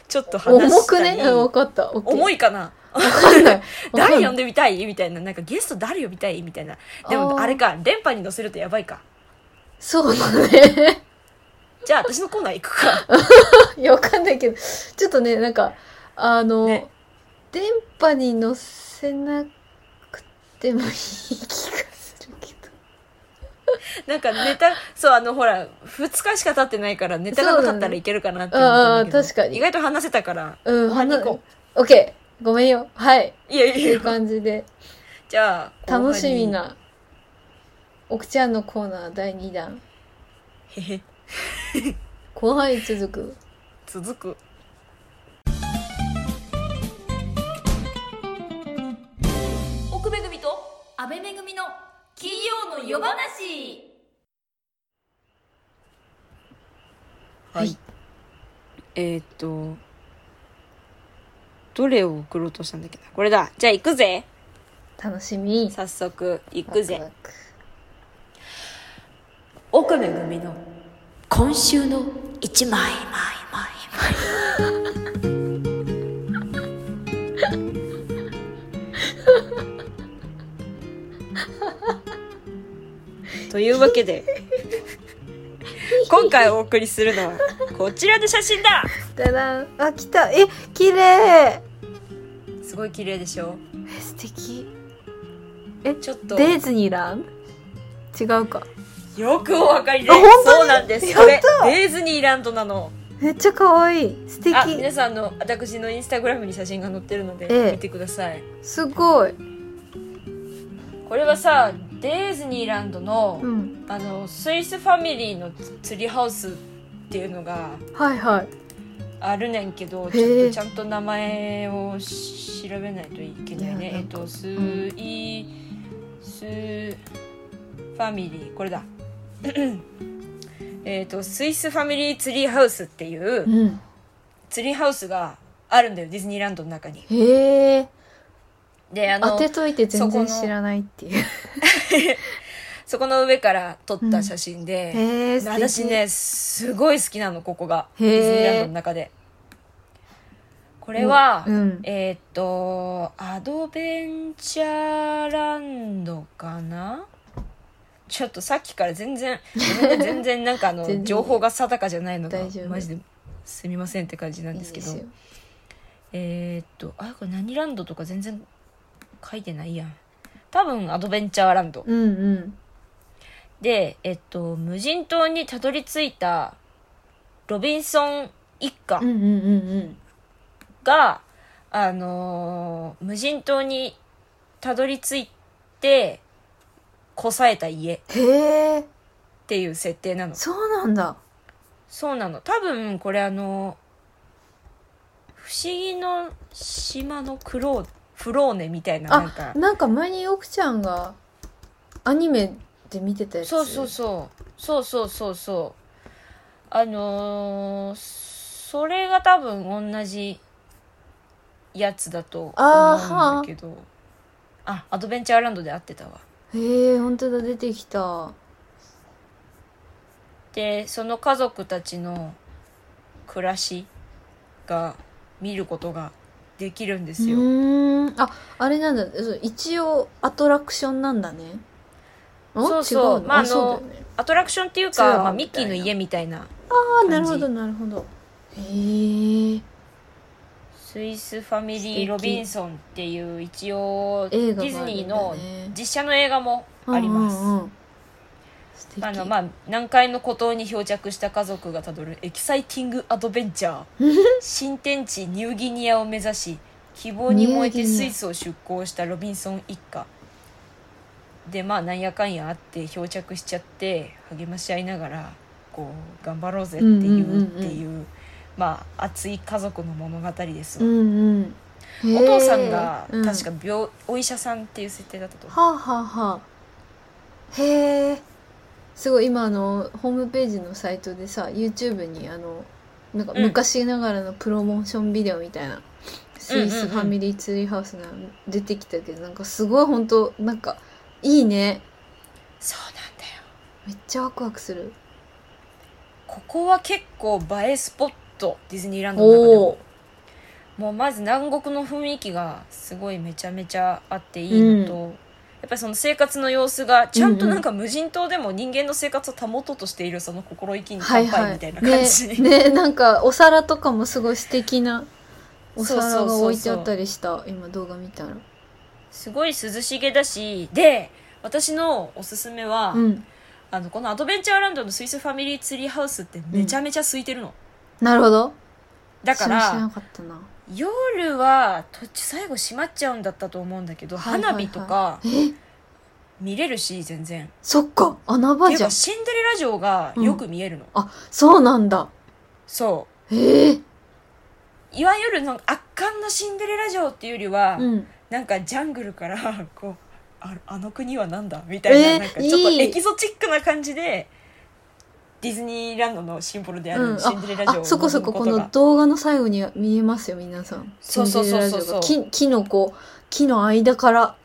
Speaker 2: ちょっと話
Speaker 1: 重
Speaker 2: した
Speaker 1: く
Speaker 2: り
Speaker 1: ねうんわかった
Speaker 2: 重
Speaker 1: い
Speaker 2: いかな
Speaker 1: わかんない *laughs*
Speaker 2: 誰呼ん
Speaker 1: で
Speaker 2: でみたいみたいななんかゲスト誰呼びたいみたいなでもあれか連覇に乗せるとやばいか
Speaker 1: そうだね *laughs*
Speaker 2: じゃあ私のコーナー行くか *laughs*
Speaker 1: いやわかんないけどちょっとねなんかあの、
Speaker 2: ね
Speaker 1: 電波に乗せなくてもいい気がするけど
Speaker 2: なんかネタそうあのほら2日しか経ってないからネタがなかったらいけるかなって思ったんだけど、
Speaker 1: そうだねああ確かに
Speaker 2: 意外と話せたから
Speaker 1: うん
Speaker 2: 後半に行こ
Speaker 1: オッケーごめんよはいっ
Speaker 2: ういや
Speaker 1: て
Speaker 2: い
Speaker 1: い
Speaker 2: や
Speaker 1: う感じで
Speaker 2: じゃあ後半に
Speaker 1: 楽しみな奥ちゃんのコーナー第2弾
Speaker 2: へへ
Speaker 1: 後半へ続く
Speaker 2: 続く奥めぐみと安倍めぐみの金曜の夜話は
Speaker 1: は
Speaker 2: い、
Speaker 1: い
Speaker 2: えーっとどれを送ろうとしたんだっけなこれだじゃあ行くぜ
Speaker 1: 楽しみ
Speaker 2: 早速行くぜ
Speaker 1: ワク
Speaker 2: 奥めぐみの今週の一枚枚枚枚というわけで今回お送りするのはこちらの写真
Speaker 1: ワ
Speaker 2: だ
Speaker 1: クだらんあ来たえ綺麗
Speaker 2: すごい綺麗でしょ
Speaker 1: え素敵
Speaker 2: ちょっと
Speaker 1: ディズニーランド違うか
Speaker 2: よくお分かりで
Speaker 1: あ本当に
Speaker 2: そうなんですこれ
Speaker 1: やった
Speaker 2: ディズニーランドなの
Speaker 1: めっちゃ可愛い素
Speaker 2: あ皆
Speaker 1: 敵
Speaker 2: さんあの私のインスタグラムに写真が載ってるの
Speaker 1: え
Speaker 2: で
Speaker 1: え
Speaker 2: 見てください
Speaker 1: すごい
Speaker 2: これはさディズニーランドの,、
Speaker 1: うん
Speaker 2: あのスイスファミリーのツリーハウスっていうのが
Speaker 1: はいはい
Speaker 2: あるねんけ
Speaker 1: へ
Speaker 2: どちょっ
Speaker 1: え
Speaker 2: とちゃんと名前をし調べないといけないね
Speaker 1: いやな
Speaker 2: え
Speaker 1: ん
Speaker 2: っ
Speaker 1: か
Speaker 2: とス
Speaker 1: ん
Speaker 2: イスファミリーこれだ *clears throat* えっとスイスファミリーツリーハウスっていう
Speaker 1: うん
Speaker 2: ツリーハウスがあるんだよディズニーランドの中に
Speaker 1: へえ
Speaker 2: であ
Speaker 1: 当
Speaker 2: の
Speaker 1: てといて全
Speaker 2: そこ
Speaker 1: 然
Speaker 2: の
Speaker 1: 知らないっていう
Speaker 2: そこの上から撮った写真で、
Speaker 1: へえ素敵
Speaker 2: 私ねすごい好きなのここが
Speaker 1: へ
Speaker 2: デ
Speaker 1: ー
Speaker 2: ィズニーランドの中でこれは、
Speaker 1: うん
Speaker 2: えーっとアドベンチャーランドかなちょっとさっきから全然
Speaker 1: *laughs*
Speaker 2: 全然なんかあ
Speaker 1: 全
Speaker 2: の
Speaker 1: 然
Speaker 2: 情報が定かじゃないのが
Speaker 1: 大丈夫
Speaker 2: マジですみませんって感じなんですけど
Speaker 1: いいですよ
Speaker 2: えーっとあこれ何ランドとか全然書いてないやん多分アドベンチャーランド
Speaker 1: うんうん
Speaker 2: で、えっと、無人島にたどり着いたロビンソン一家
Speaker 1: うんうんうんうん
Speaker 2: が、あのー無人島にたどり着いてこさえた家っ
Speaker 1: へえ
Speaker 2: ていう設定なの
Speaker 1: そうなんだ
Speaker 2: そうなの多分これあの不思議の島のクローフローネみたいななんか
Speaker 1: あなんか前に奥ちゃんがアニメで見てたやつ
Speaker 2: そうそうそうそうそうそうそうあのーそれが多分同じやつだと思うんだけどあアドベンチャーランドで会ってたわ
Speaker 1: へえ本当だ出てきた
Speaker 2: でその家族たちの暮らしか見ることができるんで
Speaker 1: う
Speaker 2: すよ、
Speaker 1: ーんああれなんだそう一応アトラクションなんだねん
Speaker 2: そうそう
Speaker 1: 違の
Speaker 2: まああの
Speaker 1: そうだよね
Speaker 2: アトラクションっていう
Speaker 1: ツアーみたい
Speaker 2: か、
Speaker 1: な
Speaker 2: まあ、ミッキーの家みたいな
Speaker 1: ああ
Speaker 2: 感じ
Speaker 1: なるほどなるほどへえ
Speaker 2: スイスファミ
Speaker 1: 素
Speaker 2: リ
Speaker 1: 敵
Speaker 2: ー・ロビンソンっていう一応デ
Speaker 1: 映画があるんだね
Speaker 2: ィズニーの実写の映画もあります、
Speaker 1: うんうんうん素敵
Speaker 2: あのまあ、南海の孤島に漂着した家族がたどるエキサイティングアドベンチャー *laughs* 新天地ニューギニアを目指し希望に燃
Speaker 1: ニ
Speaker 2: え
Speaker 1: ュ
Speaker 2: て
Speaker 1: ーギニア
Speaker 2: スイスを出港したロビンソン一家でまあなんやかんやあって漂着しちゃって励まし合いながらこう頑張ろうぜってい
Speaker 1: うんうんうんう
Speaker 2: うんっていう,、まあ熱い家族の物語です
Speaker 1: う
Speaker 2: わ、
Speaker 1: んうん
Speaker 2: お父さんが
Speaker 1: へーうん
Speaker 2: 確か病、お医者さんっていう設定だったと思う
Speaker 1: はあはあはあへえすごい今あのホームページのサイトでさ YouTube にあのなんか
Speaker 2: うん
Speaker 1: 昔ながらのプロモーションビデオみたいな、スイ
Speaker 2: うんうんう
Speaker 1: ス
Speaker 2: ん
Speaker 1: ファミリーツリーハウスが出てきたけどなんかすごい本当なんかいいね
Speaker 2: そうなんだよ
Speaker 1: めっちゃワクワクする
Speaker 2: ここは結構映えスポットディズニーランドの中で
Speaker 1: お
Speaker 2: も
Speaker 1: お
Speaker 2: もうまず南国の雰囲気がすごいめちゃめちゃあっていいのと、
Speaker 1: う
Speaker 2: やっぱりその生活の様子がちゃんと
Speaker 1: うんうん
Speaker 2: なんか無人島でも人間の生活を保とうとしているその心意気に
Speaker 1: はい
Speaker 2: 乾
Speaker 1: は
Speaker 2: 杯
Speaker 1: い
Speaker 2: みたいな感
Speaker 1: ね
Speaker 2: じ、 *laughs*
Speaker 1: ねなんかお皿とかもすごい素敵なお
Speaker 2: そ
Speaker 1: 皿
Speaker 2: うそう
Speaker 1: が
Speaker 2: そうそう
Speaker 1: 置いてあったりした今動画見たら
Speaker 2: すごい涼しげだしで私のおすすめは、
Speaker 1: うん
Speaker 2: あのこのアドベンチャーランドのスイスファミリーツリーハウスってめちゃめちゃ空いてるの、
Speaker 1: なるほど
Speaker 2: だか
Speaker 1: それ知ら
Speaker 2: ら
Speaker 1: なかったな
Speaker 2: 夜は途中最後閉まっちゃうんだったと思うんだけど、
Speaker 1: はいはいはい
Speaker 2: 花火とか
Speaker 1: え
Speaker 2: 見れるし全然
Speaker 1: そっか穴
Speaker 2: っ
Speaker 1: 場
Speaker 2: ていう
Speaker 1: じゃん
Speaker 2: かシンデレラ城がよく見えるの、
Speaker 1: あそうなんだ
Speaker 2: そ
Speaker 1: へえ
Speaker 2: ういわゆるなんか圧巻のシンデレラ城っていうよりは、
Speaker 1: うん
Speaker 2: なんかジャングルからこうああの国はなんだみた
Speaker 1: え
Speaker 2: い
Speaker 1: ー
Speaker 2: な,、なんかちょっと
Speaker 1: いい
Speaker 2: エキゾチックな感じでディズニーランドのシンボルであ
Speaker 1: うん
Speaker 2: るシンデレラ城
Speaker 1: あ
Speaker 2: を
Speaker 1: そこそ
Speaker 2: 望
Speaker 1: こ
Speaker 2: む
Speaker 1: こ
Speaker 2: と
Speaker 1: の
Speaker 2: が
Speaker 1: 動画の最後には見えますよ皆さん
Speaker 2: そうそうそうそうそう
Speaker 1: シンデレラ城が木木のこう木の間から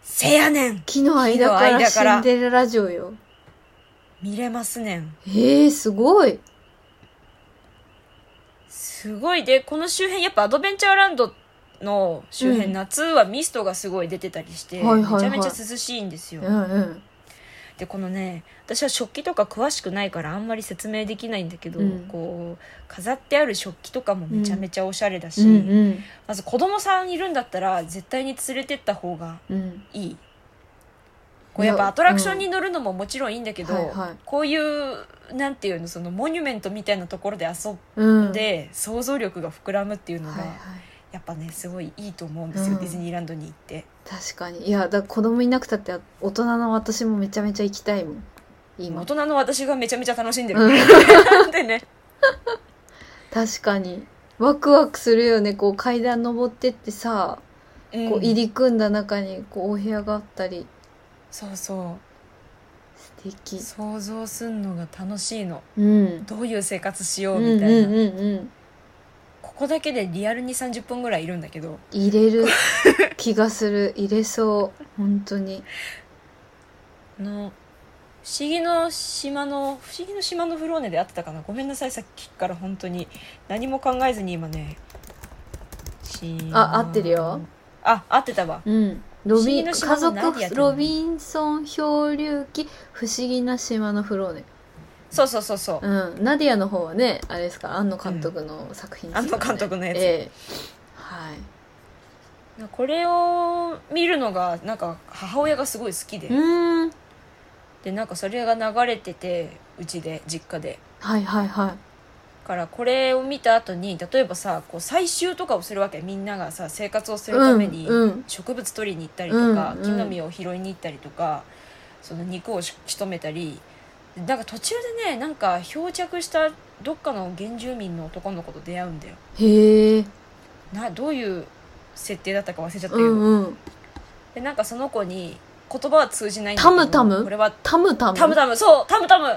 Speaker 2: せやねん
Speaker 1: 木の間か
Speaker 2: 木の
Speaker 1: ら
Speaker 2: 間
Speaker 1: シ
Speaker 2: から
Speaker 1: ンデレラ城よ
Speaker 2: 見れますねん
Speaker 1: へえすごい
Speaker 2: すごいでこの周辺やっぱアドベンチャーランドの周辺、
Speaker 1: うん
Speaker 2: 夏はミストがすごい出てたりして、
Speaker 1: はいはいはい
Speaker 2: めちゃめちゃ涼しいんですよ、
Speaker 1: うんうん
Speaker 2: でこのね私は食器とか詳しくないからあんまり説明できないんだけど、
Speaker 1: うん
Speaker 2: こう飾ってある食器とかもめちゃめちゃおしゃれだし、
Speaker 1: うんうん
Speaker 2: まず子供さんいるんだったら絶対に連れてった方が
Speaker 1: うん
Speaker 2: いい。こうやっ
Speaker 1: いや
Speaker 2: ぱアトラクションに乗るのももちろんいいんだけど、
Speaker 1: はいはい
Speaker 2: こういうなんていうのそのモニュメントみたいなところで遊
Speaker 1: うん
Speaker 2: んで、想像力が膨らむっていうのが、
Speaker 1: はいはい
Speaker 2: やっぱねすごいいいと思うんですよ、
Speaker 1: うん
Speaker 2: ディズニーランドに行って。
Speaker 1: 確かにいやだから子供いなくたって大人の私もめちゃめちゃ行きたいもん
Speaker 2: 大
Speaker 1: 今
Speaker 2: 人の私がめちゃめちゃ楽しんでる。
Speaker 1: うん
Speaker 2: でね
Speaker 1: 確かにワクワクするよねこう階段登ってってさ
Speaker 2: うん
Speaker 1: こう入り組んだ中にこうお部屋があったり
Speaker 2: そうそう
Speaker 1: 素敵
Speaker 2: 想像すんのが楽しいの
Speaker 1: うん
Speaker 2: どういう生活しよ
Speaker 1: う
Speaker 2: うんみ
Speaker 1: うん
Speaker 2: たいな、
Speaker 1: うんうん
Speaker 2: ここだけでリアルに30分ぐらいいるんだけど
Speaker 1: 入れ
Speaker 2: *laughs*
Speaker 1: る気がする入れそう本当に
Speaker 2: あの不思議の島の不思議の島のフローネで会ってたかなごめんなさいさっきから本当に何も考えずに今ねし
Speaker 1: あ合ってるよ
Speaker 2: あ合ってたわ
Speaker 1: うんロビン
Speaker 2: 不思議な
Speaker 1: 家
Speaker 2: 島のナディアっ
Speaker 1: 族
Speaker 2: て何
Speaker 1: ロビンソン漂流記不思議な島のフローネ
Speaker 2: そうそうそうそう、
Speaker 1: うんナディアの方はねあれですから庵野監督の作品ですからね
Speaker 2: 庵野監督のやつ
Speaker 1: ええはい
Speaker 2: これを見るのがなんか母親がすごい好きで、
Speaker 1: うーん
Speaker 2: でなんかそれが流れててうちで実家で
Speaker 1: はいはいはい
Speaker 2: からこれを見た後に例えばさこう採集とかをするわけみんながさ生活をするために
Speaker 1: うんうん
Speaker 2: 植物取りに行ったりとか、
Speaker 1: うんうん
Speaker 2: 木の実を拾いに行ったりとかその肉をし仕留めたりなんか途中でねなんか漂着したどっかの原住民の男の子と出会うんだよ
Speaker 1: へえ
Speaker 2: などういう設定だったか忘れちゃったけ
Speaker 1: う
Speaker 2: ど、
Speaker 1: んうん
Speaker 2: でなんかその子に言葉は通じないんだけ
Speaker 1: タ
Speaker 2: ど
Speaker 1: ムタム
Speaker 2: これは
Speaker 1: タムタム
Speaker 2: タムタムそうタムタム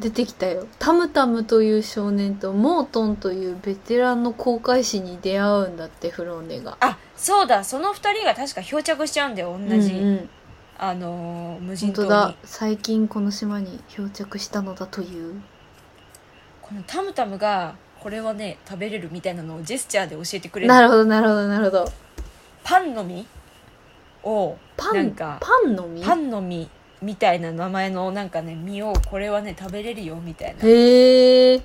Speaker 1: 出てきたよタムタムという少年とモートンというベテランの航海士に出会うんだってフローネが
Speaker 2: あそうだその二人が確か漂着しちゃうんだよ同じ、
Speaker 1: うんうん、
Speaker 2: あのー無人
Speaker 1: 本
Speaker 2: 島
Speaker 1: 当
Speaker 2: に
Speaker 1: だ最近この島に漂着したのだという
Speaker 2: このタムタムがこれはね食べれるみたいなのをジェスチャーで教えてくれ
Speaker 1: な
Speaker 2: る
Speaker 1: るほどなるほどなるほど
Speaker 2: パンの実を
Speaker 1: パ
Speaker 2: な
Speaker 1: ン
Speaker 2: んか
Speaker 1: パンの実
Speaker 2: パンの実みたいな名前のなんかね実をこれはね食べれるよみたいな
Speaker 1: へえ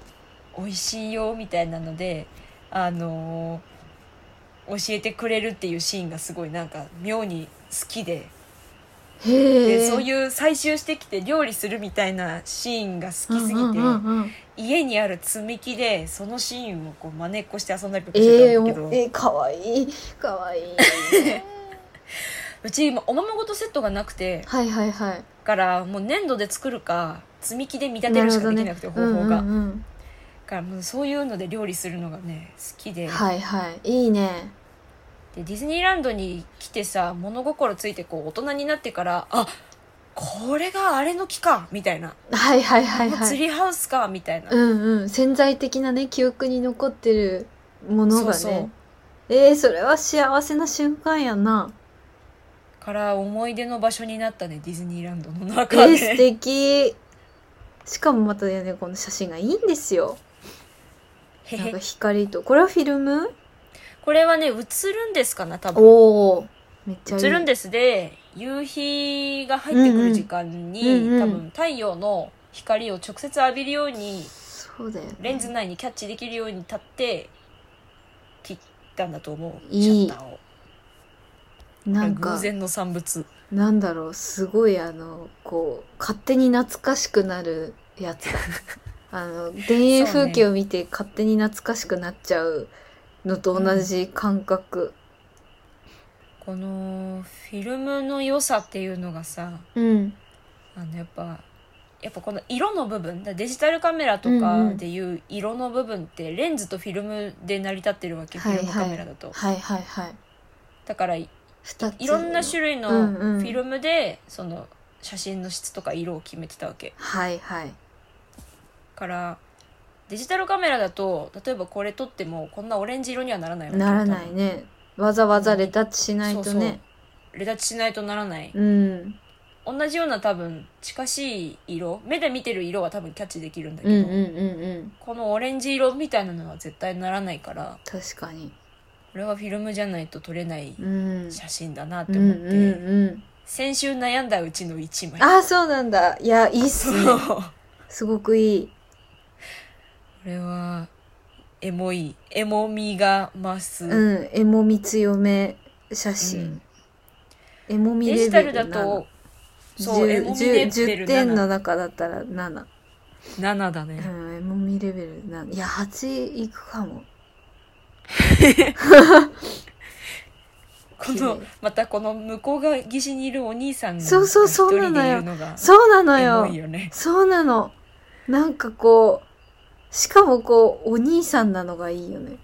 Speaker 2: 美味しいよみたいなのであのー教えてくれるっていうシーンがすごいなんか妙に好きで
Speaker 1: へ
Speaker 2: で
Speaker 1: え
Speaker 2: そういう採集してきて料理するみたいなシーンが好きすぎて、
Speaker 1: うんうんうんうん
Speaker 2: 家にある積み木でそのシーンをこう真似っこして遊んだりとかして
Speaker 1: え
Speaker 2: たん
Speaker 1: ー
Speaker 2: だけど、
Speaker 1: おえー、かわいいかわいい
Speaker 2: *laughs* うち今おままごとセットがなくて
Speaker 1: はいはいはい
Speaker 2: からもう粘土で作るか積み木で見立てるしかできなくて方法が、
Speaker 1: うんうんうん
Speaker 2: からもうそういうので料理するのがね好きで,、
Speaker 1: はいはいいいね
Speaker 2: でディズニーランドに来てさ物心ついてこう大人になってからあこれがあれの木かみたいな、
Speaker 1: はいはいはい
Speaker 2: あ
Speaker 1: は
Speaker 2: ツ
Speaker 1: い
Speaker 2: リーハウスかみたいな、
Speaker 1: うんうん潜在的なね記憶に残ってるものがね
Speaker 2: そうそう
Speaker 1: えー、それは幸せな瞬間やな
Speaker 2: から思い出の場所になったねディズニーランドの
Speaker 1: え
Speaker 2: 中
Speaker 1: ー、
Speaker 2: で、
Speaker 1: 素敵しかもまたねこの写真がいいんですよ
Speaker 2: へ
Speaker 1: なんか
Speaker 2: へ
Speaker 1: 光とこれはフィルム
Speaker 2: これはね映るんですかな多分
Speaker 1: おおめっちゃいい
Speaker 2: 映るんですで夕日が入ってくる時間に、
Speaker 1: うんうん
Speaker 2: 多
Speaker 1: うんう
Speaker 2: 分太陽の光を直接浴びるように
Speaker 1: そうだよね
Speaker 2: レンズ内にキャッチできるように立って切ったんだと思う
Speaker 1: いい
Speaker 2: シャッターを
Speaker 1: なん
Speaker 2: 偶
Speaker 1: か
Speaker 2: 然の産物
Speaker 1: なんだろうすごいあのこう勝手に懐かしくなるや
Speaker 2: *laughs*
Speaker 1: つだあの田園風景を見て勝手に懐かしくなっちゃうのと同じ感覚
Speaker 2: このフィルムの良さっていうのがさ
Speaker 1: うん
Speaker 2: あのやっぱやっぱこの色の部分だデジタルカメラと
Speaker 1: うん
Speaker 2: か
Speaker 1: うん
Speaker 2: でいう色の部分ってレンズとフィルムで成り立ってるわけ、
Speaker 1: はいはい
Speaker 2: フィルムカメラだと
Speaker 1: はいはいはい
Speaker 2: だからい
Speaker 1: 二つ
Speaker 2: ろんな種類の
Speaker 1: うんうん
Speaker 2: フィルムでその写真の質とか色を決めてたわけ
Speaker 1: はいはい
Speaker 2: からデジタルカメラだと例えばこれ撮ってもこんなオレンジ色にはならないわけ
Speaker 1: ならないねわざわざレタッチしないとね
Speaker 2: そうそうレタッチしないとならない、
Speaker 1: うん
Speaker 2: 同じような多分近しい色目で見てる色は多分キャッチできるんだけ
Speaker 1: うん
Speaker 2: ど、
Speaker 1: うんうんうん
Speaker 2: このオレンジ色みたいなのは絶対ならないから
Speaker 1: 確かに
Speaker 2: これはフィルムじゃないと撮れない
Speaker 1: うん
Speaker 2: 写真だなっ
Speaker 1: うん
Speaker 2: て
Speaker 1: う
Speaker 2: 思って、
Speaker 1: んうん
Speaker 2: 先週悩んだうちの1枚
Speaker 1: ああそうなんだいやいいっす
Speaker 2: そ
Speaker 1: ね
Speaker 2: うこ
Speaker 1: すごくいい
Speaker 2: れはエモいエモみが増す、
Speaker 1: うん、エモみ強め写
Speaker 2: うん
Speaker 1: 真。エモみ
Speaker 2: デジタルだとそうエモみレベ
Speaker 1: 10
Speaker 2: ル
Speaker 1: 点の
Speaker 2: 7,
Speaker 1: 中だったら7。
Speaker 2: 7だね、
Speaker 1: うん、エモみレベル7。いや、8いくかも。
Speaker 2: このまたこの向こう側岸にいるお兄さんが
Speaker 1: そうそうそう
Speaker 2: 一人
Speaker 1: なの
Speaker 2: でい
Speaker 1: よ
Speaker 2: るのが
Speaker 1: そうなの
Speaker 2: エ
Speaker 1: よ。
Speaker 2: モいよね
Speaker 1: そうなの。なんかこう、しかもこう、お兄さんなのがいいよね。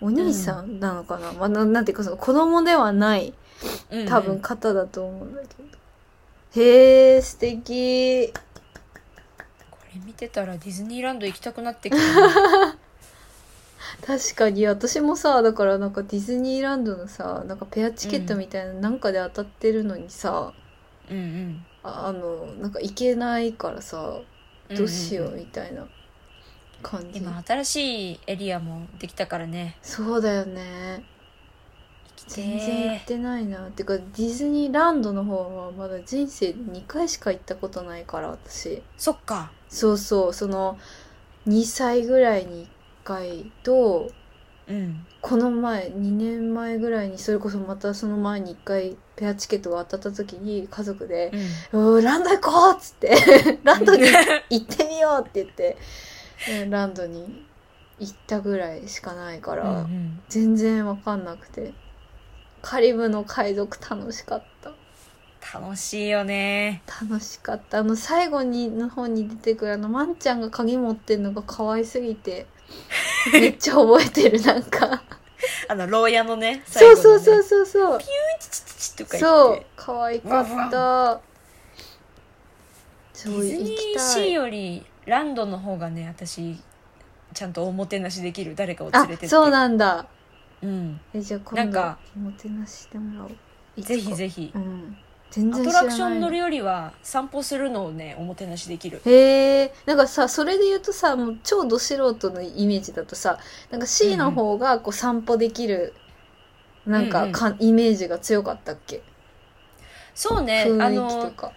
Speaker 1: お兄さんなのかな、まあ、ななんていうかその子供ではない
Speaker 2: うんうん
Speaker 1: 多分方だと思うんだけど、へえ素敵
Speaker 2: これ見てたらディズニーランド行きたくな
Speaker 1: *laughs*
Speaker 2: ってきた
Speaker 1: 確かに私もさだからなんかディズニーランドのさなんかペアチケットみたいななんかで当たってるのにさ、
Speaker 2: うんうん
Speaker 1: ああのなんか行けないからさどうしようみたいな感じ、
Speaker 2: 今新しいエリアもできたからね
Speaker 1: そうだよね
Speaker 2: 行きて
Speaker 1: 全然行ってないな、てかディズニーランドの方はまだ人生2回しか行ったことないから私
Speaker 2: そっか
Speaker 1: そうそうその2歳ぐらいに1回と
Speaker 2: うん
Speaker 1: この前2年前ぐらいにそれこそまたその前に1回ペアチケットが当たった時に家族で
Speaker 2: うん
Speaker 1: 「うーランド行こう!」っつってランドに行ってみようって言ってうんランドに行ったぐらいしかないか
Speaker 2: う
Speaker 1: ら、
Speaker 2: ん
Speaker 1: 全然わかんなくてカリブの海賊楽しかった
Speaker 2: 楽しいよね
Speaker 1: 楽しかったあの最後にの方に出てくるあのまんちゃんが鍵持ってるのが可愛すぎてめっちゃ覚えてるなんか
Speaker 2: あの牢屋のね
Speaker 1: そう
Speaker 2: *laughs* 最後
Speaker 1: そ
Speaker 2: の
Speaker 1: う
Speaker 2: ね
Speaker 1: そうそうそう
Speaker 2: チチチチとか言って
Speaker 1: そう可愛かった
Speaker 2: デ
Speaker 1: そう
Speaker 2: ィズニ
Speaker 1: 行き
Speaker 2: ーシ
Speaker 1: た
Speaker 2: ー
Speaker 1: い
Speaker 2: よりランドの方がね私ちゃんとおもてなしできる誰かを連
Speaker 1: あ
Speaker 2: れてって
Speaker 1: そうなんだ
Speaker 2: うん
Speaker 1: えじゃあ今
Speaker 2: なん
Speaker 1: 度
Speaker 2: か
Speaker 1: おもてなししてもらおう
Speaker 2: ぜひ
Speaker 1: ひ
Speaker 2: ぜひ
Speaker 1: うん全
Speaker 2: ア
Speaker 1: 然
Speaker 2: ト
Speaker 1: 知ら
Speaker 2: ラ
Speaker 1: ない
Speaker 2: クション乗るよりは散歩するのをねおもてなしできる
Speaker 1: へえなんかさそれで言うとさもう超ど素人のイメージだとさなんか C の方がこう散歩できる、なんかかイメージが強かったっけ、
Speaker 2: そうねあ
Speaker 1: 雰囲気と
Speaker 2: の
Speaker 1: か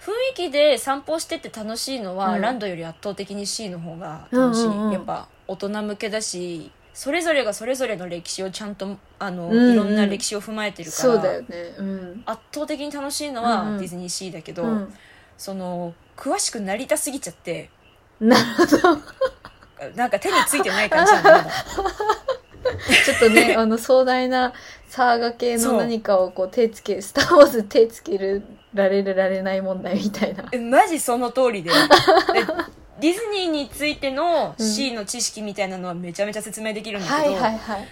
Speaker 2: 雰囲気で散歩してて楽しいのは、
Speaker 1: うん
Speaker 2: ランドより圧倒的に C の方が楽しい、
Speaker 1: うんうんうん
Speaker 2: やっぱ大人向けだしそれぞれがそれぞれの歴史をちゃんとあ
Speaker 1: う
Speaker 2: の、
Speaker 1: んうん
Speaker 2: いろんな歴史を踏まえてるから
Speaker 1: そうだよねうん、
Speaker 2: 圧倒的に楽しいのは、
Speaker 1: うんうん
Speaker 2: ディズニーシーだけど、
Speaker 1: うん、
Speaker 2: その詳しくなりたすぎちゃって
Speaker 1: なるほどちょ
Speaker 2: なんか手についてない感じなのまだ
Speaker 1: っと
Speaker 2: *laughs*
Speaker 1: ねあの壮大なサーガ系
Speaker 2: そう
Speaker 1: の何かをこう手つけスター・ウォーズ手つけるられるられない問題みたいな
Speaker 2: えマジその通りででディズニーについての
Speaker 1: うん
Speaker 2: C の知識みたいなのはめちゃめちゃ説明できるんだけど、
Speaker 1: はいはいはい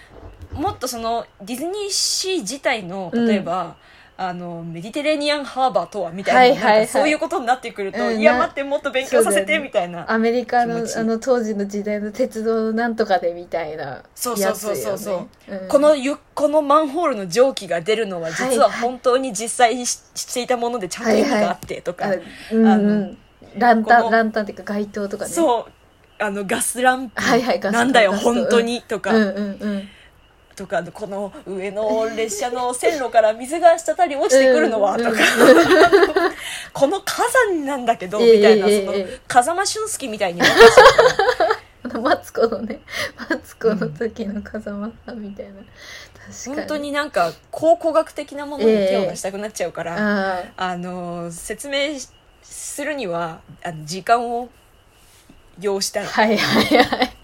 Speaker 2: もっとそのディズニーシー自体の
Speaker 1: うん
Speaker 2: 例えば、あのメディテレニアンハーバーとはみたい
Speaker 1: はいは
Speaker 2: な,、
Speaker 1: いはい
Speaker 2: なんかそういうことになってくると、
Speaker 1: うん
Speaker 2: いや
Speaker 1: な
Speaker 2: 待ってもっと勉強
Speaker 1: そ
Speaker 2: させ
Speaker 1: うだ
Speaker 2: て、
Speaker 1: よね
Speaker 2: みたいな
Speaker 1: アメリカの
Speaker 2: 気持ちいい
Speaker 1: あの当時の時代の鉄道のなんとかでみたいな
Speaker 2: そうそ
Speaker 1: や
Speaker 2: う
Speaker 1: つ
Speaker 2: そうそうそう
Speaker 1: よねうん
Speaker 2: このゆこのマンホールの蒸気が出るのは実は
Speaker 1: はいはい
Speaker 2: 本当に実際ししていたものでちゃんと意味があってとか、
Speaker 1: あうん
Speaker 2: あ
Speaker 1: うんランタ
Speaker 2: この
Speaker 1: ンランタンっていうか街灯とかね
Speaker 2: そうあのガスランプ
Speaker 1: はいはいガス
Speaker 2: なんだよ
Speaker 1: ガス灯
Speaker 2: 本当にとか、
Speaker 1: うんうんうん
Speaker 2: とかこの上の列車の線路から水が滴り落ちてくるのは
Speaker 1: うん
Speaker 2: とか、この火山なんだけどみ
Speaker 1: ええ
Speaker 2: たいな、
Speaker 1: ええ
Speaker 2: そ
Speaker 1: え
Speaker 2: の
Speaker 1: え
Speaker 2: 風間俊介みたいに思っちゃうから
Speaker 1: あの *laughs* マツコのねマツコの時の風間さんみたいな確かに
Speaker 2: 本当になんか考古学的なものに手を出したくなっちゃうから、
Speaker 1: あ
Speaker 2: あの説明しするにはあの時間を要した
Speaker 1: あ
Speaker 2: い
Speaker 1: はいはいはい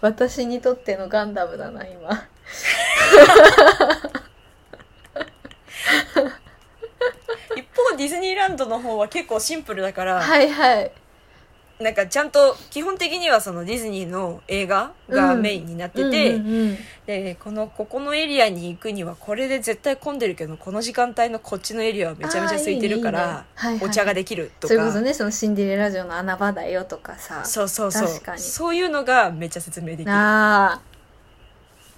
Speaker 1: 私にとってのガンダムだな今
Speaker 2: 一方ディズニーランドの方は結構シンプルだから、
Speaker 1: はいはい
Speaker 2: なんかちゃんと基本的にはそのディズニーの映画がメインになってて。
Speaker 1: うんうんうん
Speaker 2: でこのここのエリアに行くにはこれで絶対混んでるけどこの時間帯のこっちのエリアはめちゃめちゃ空いてる
Speaker 1: あーいいねい
Speaker 2: か
Speaker 1: い
Speaker 2: ら
Speaker 1: ねはいはい
Speaker 2: お茶ができると
Speaker 1: そ
Speaker 2: か、
Speaker 1: れこそねそのシンデレラ城の穴場だよとかさ
Speaker 2: そうそうそう
Speaker 1: 確かに
Speaker 2: そういうのがめっちゃ説明できる
Speaker 1: なあ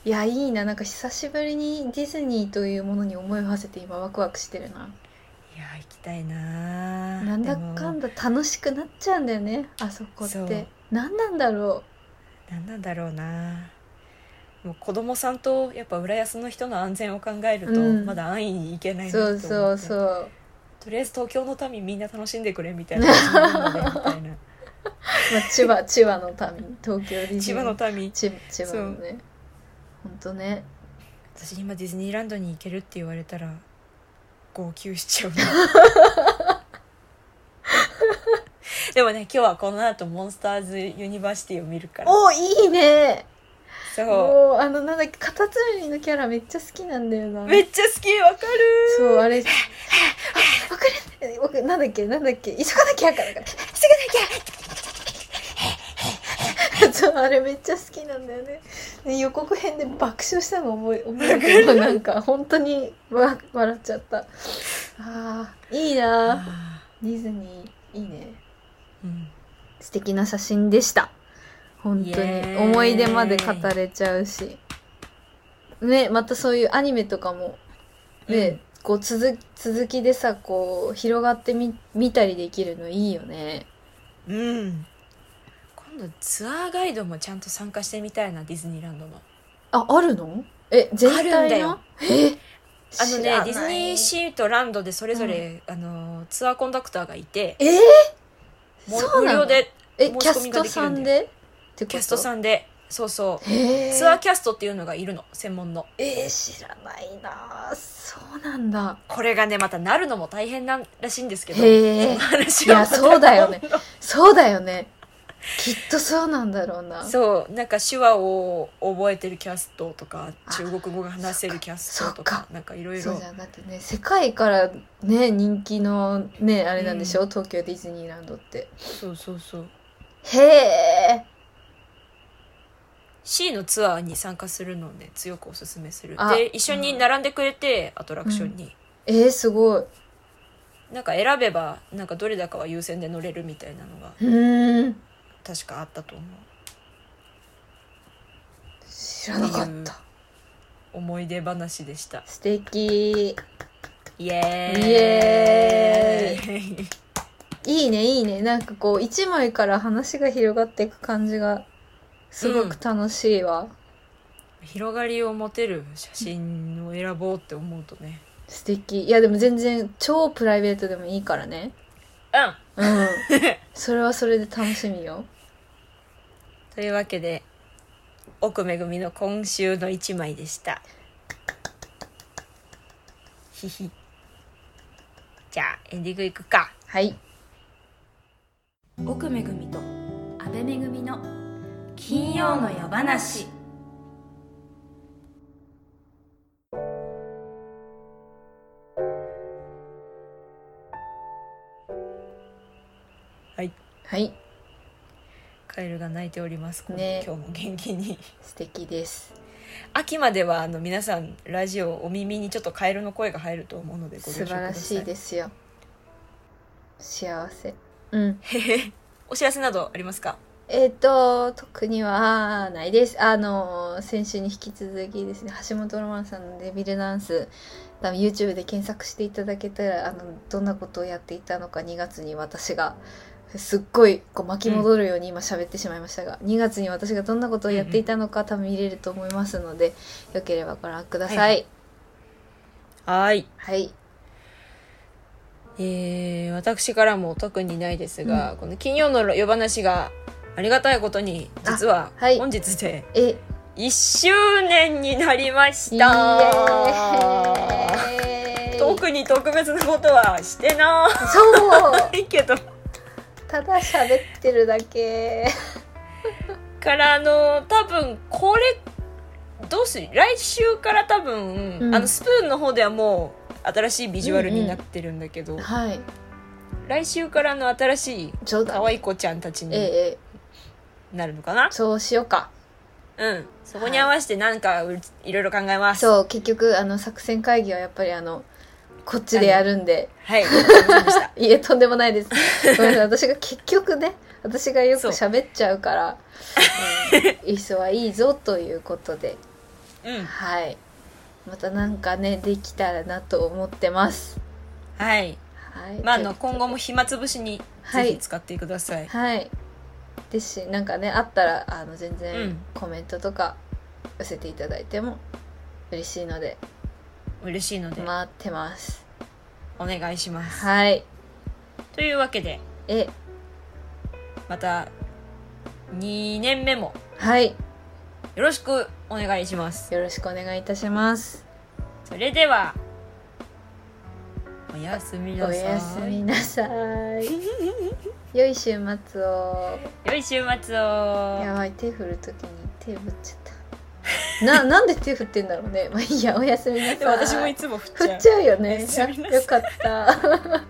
Speaker 1: いやいいななんか久しぶりにディズニーというものに思いを馳せて今ワクワクしてるない
Speaker 2: や行きたいな
Speaker 1: なんだかん
Speaker 2: だ
Speaker 1: だ楽しくなっちゃうんだよねあそこっ
Speaker 2: そう
Speaker 1: て何なんだろ
Speaker 2: なんなんだろうなもう子供さんとやっぱ浦安の人の安全を考えると
Speaker 1: うん
Speaker 2: まだ安易に行け
Speaker 1: う
Speaker 2: ないなと
Speaker 1: そ
Speaker 2: 思
Speaker 1: う
Speaker 2: って
Speaker 1: そうそう
Speaker 2: とりあえず東京の民みんな
Speaker 1: *laughs*
Speaker 2: 楽しんでくれみたいな感じになるのでみたいな
Speaker 1: まあ、千
Speaker 2: *laughs*
Speaker 1: 葉千葉の民東京ディズニー
Speaker 2: 千葉の民
Speaker 1: 千千葉のね本当ね
Speaker 2: 私今ディズニーランドに行けるって言われたら号泣し
Speaker 1: *laughs*
Speaker 2: ちゃうなでもね今日はこの後モンスターズユニバーシティを見るから
Speaker 1: おいいね
Speaker 2: そ
Speaker 1: もうあのなんだっけカタツムリのキャラめっちゃ好きなんだよな
Speaker 2: うめっちゃ好きわかる
Speaker 1: そうあれあわかるわかなんだっけなんだっけ急がなきゃからから急がなきゃそうあれめっちゃ好きなんだよねで予告編で爆笑したの覚え覚えてるなんか本当にわ笑っちゃったあーいいな
Speaker 2: あ
Speaker 1: ディズニーいいね
Speaker 2: ーうん
Speaker 1: 素敵な写真でした本
Speaker 2: イ
Speaker 1: 当
Speaker 2: エ
Speaker 1: に
Speaker 2: ーイ
Speaker 1: 思い出まで語れちゃうしねまたそういうアニメとかもね、
Speaker 2: うん
Speaker 1: こう続続きでさこう広がってみ見たりできるのいいよね
Speaker 2: うん今度ツアーガイドもちゃんと参加してみたいなディズニーランドの
Speaker 1: ああるのえ全体の
Speaker 2: あるんだよ
Speaker 1: え
Speaker 2: あの
Speaker 1: 知
Speaker 2: ね
Speaker 1: らない
Speaker 2: ディズニーシーとランドでそれぞれ、あのツアーコンダクターがいて
Speaker 1: えー、
Speaker 2: も
Speaker 1: そう
Speaker 2: 無
Speaker 1: なの
Speaker 2: 料で
Speaker 1: え
Speaker 2: 申
Speaker 1: キ
Speaker 2: し
Speaker 1: ャ
Speaker 2: 込み
Speaker 1: ス
Speaker 2: が
Speaker 1: ト
Speaker 2: できる
Speaker 1: さ
Speaker 2: んだ
Speaker 1: ん
Speaker 2: よ
Speaker 1: でってこと
Speaker 2: キャストさんでそうそう
Speaker 1: へー
Speaker 2: ツアーキャストっていうのがいるの専門の
Speaker 1: えー、知らないなそうなんだ
Speaker 2: これがねまたなるのも大変なんらしいんですけど
Speaker 1: へー
Speaker 2: その話はい
Speaker 1: やそうだよねそうだよねきっとそうなんだろうな
Speaker 2: *laughs* そうなんか手話を覚えてるキャストとか
Speaker 1: あ
Speaker 2: 中国語が話せるキャストと
Speaker 1: そ
Speaker 2: か
Speaker 1: っか
Speaker 2: なんかいろい
Speaker 1: そう
Speaker 2: ろ
Speaker 1: じゃんだってね世界からね人気のねあれなんでしょ、東京ディズニーランドって
Speaker 2: そうそうそう
Speaker 1: へえ
Speaker 2: C のツアーに参加するのをね強くおすすめする
Speaker 1: あ
Speaker 2: で一緒に並んでくれて、アトラクションに、
Speaker 1: えー、すごい
Speaker 2: なんか選べばなんかどれだかは優先で乗れるみたいなのが
Speaker 1: うーん
Speaker 2: 確かあったと思う
Speaker 1: 知らなかっ
Speaker 2: っていう
Speaker 1: た
Speaker 2: 思い出話でした
Speaker 1: 素敵
Speaker 2: イエーイ
Speaker 1: イエ
Speaker 2: ーイ
Speaker 1: いいねいいねなんかこう一枚から話が広がっていく感じがすごく楽しいわ、
Speaker 2: *laughs* 広がりを持てる写真を選ぼうって思うとね
Speaker 1: 素敵いやでも全然超プライベートでもいいからね
Speaker 2: うん
Speaker 1: うん *laughs* それはそれで楽しみよ
Speaker 2: というわけで奥めぐみの今週の一枚でしたひひじゃあエンディングいくか
Speaker 1: はい
Speaker 2: 奥めぐみと安倍めぐみの金曜の夜話はい
Speaker 1: はい
Speaker 2: カエルが泣いております、
Speaker 1: ね
Speaker 2: 今日も元気に *laughs*
Speaker 1: 素敵です
Speaker 2: 秋まではあの皆さんラジオお耳にちょっとカエルの声が入ると思うのでご了
Speaker 1: 素
Speaker 2: 承く
Speaker 1: 晴ら
Speaker 2: ださ
Speaker 1: しい
Speaker 2: い
Speaker 1: ですよ幸せうん
Speaker 2: *laughs* お知らせなどありますか
Speaker 1: えっ、と特にはないですあの先週に引き続きですね橋本ロマンさんのデビルダンス多分 YouTube で検索していただけたらあのどんなことをやっていたのか2月に私がすっごいこう巻き戻るように今喋ってしまいましたが、2月に私がどんなことをやっていたのか多分見れると思いますのでよければご覧ください。
Speaker 2: はい、
Speaker 1: はい、
Speaker 2: えー、私からも特にないですが、この金曜の夜話がありがたいことに実は
Speaker 1: あはい
Speaker 2: 本日で
Speaker 1: え
Speaker 2: 1周年になりまし
Speaker 1: イエ
Speaker 2: た
Speaker 1: ーイ
Speaker 2: 特に特別なことはしてな
Speaker 1: そう
Speaker 2: いけど
Speaker 1: ただ喋ってるだけ
Speaker 2: からあの多分これどうする来週から多分、
Speaker 1: うん
Speaker 2: あのスプーンの方ではもう新しいビジュアルになってるんだけど、
Speaker 1: はい
Speaker 2: 来週からの新しい
Speaker 1: ちょうど
Speaker 2: 可愛い子ちゃんたち
Speaker 1: ええ
Speaker 2: に
Speaker 1: ええ
Speaker 2: なるのかな、
Speaker 1: そうしようか
Speaker 2: うんそこに合わせてなんかうちいろいろ考えます
Speaker 1: そう結局あの作戦会議はやっぱりあのこっちでやるんで *laughs*
Speaker 2: はいわかりませんでした
Speaker 1: いえとんでもないですごめんなさい私が結局ね私がよく
Speaker 2: そう
Speaker 1: 喋っちゃうから「うん、いっそはいいぞ」ということで
Speaker 2: うん
Speaker 1: はいまたなんかねできたらなと思ってます
Speaker 2: はい
Speaker 1: はい
Speaker 2: まああ
Speaker 1: とい
Speaker 2: の
Speaker 1: うことで
Speaker 2: 今後も暇つぶしに
Speaker 1: は
Speaker 2: ぜ
Speaker 1: い
Speaker 2: ひ使ってください、
Speaker 1: はいですしなんかねあったらあの全
Speaker 2: う
Speaker 1: 然
Speaker 2: ん
Speaker 1: コメントとか寄せていただいても嬉しいので
Speaker 2: 嬉しいので
Speaker 1: 待ってます
Speaker 2: お願いします、
Speaker 1: はい
Speaker 2: というわけで
Speaker 1: え
Speaker 2: また2年目も
Speaker 1: はい
Speaker 2: よろしくお願いします
Speaker 1: よろしくお願いいたします
Speaker 2: それではおやすみな
Speaker 1: お
Speaker 2: さい
Speaker 1: やすみなさ
Speaker 2: *laughs*
Speaker 1: い良い週末を
Speaker 2: 良い週末
Speaker 1: や
Speaker 2: を
Speaker 1: ばい手振るときに手振っちゃったななんで手振ってんだろうねまあいいやおやすみなさい
Speaker 2: でも私もいつも振っちゃ
Speaker 1: 振
Speaker 2: う
Speaker 1: っちゃうよ
Speaker 2: お
Speaker 1: ね
Speaker 2: やすみなさい
Speaker 1: よかった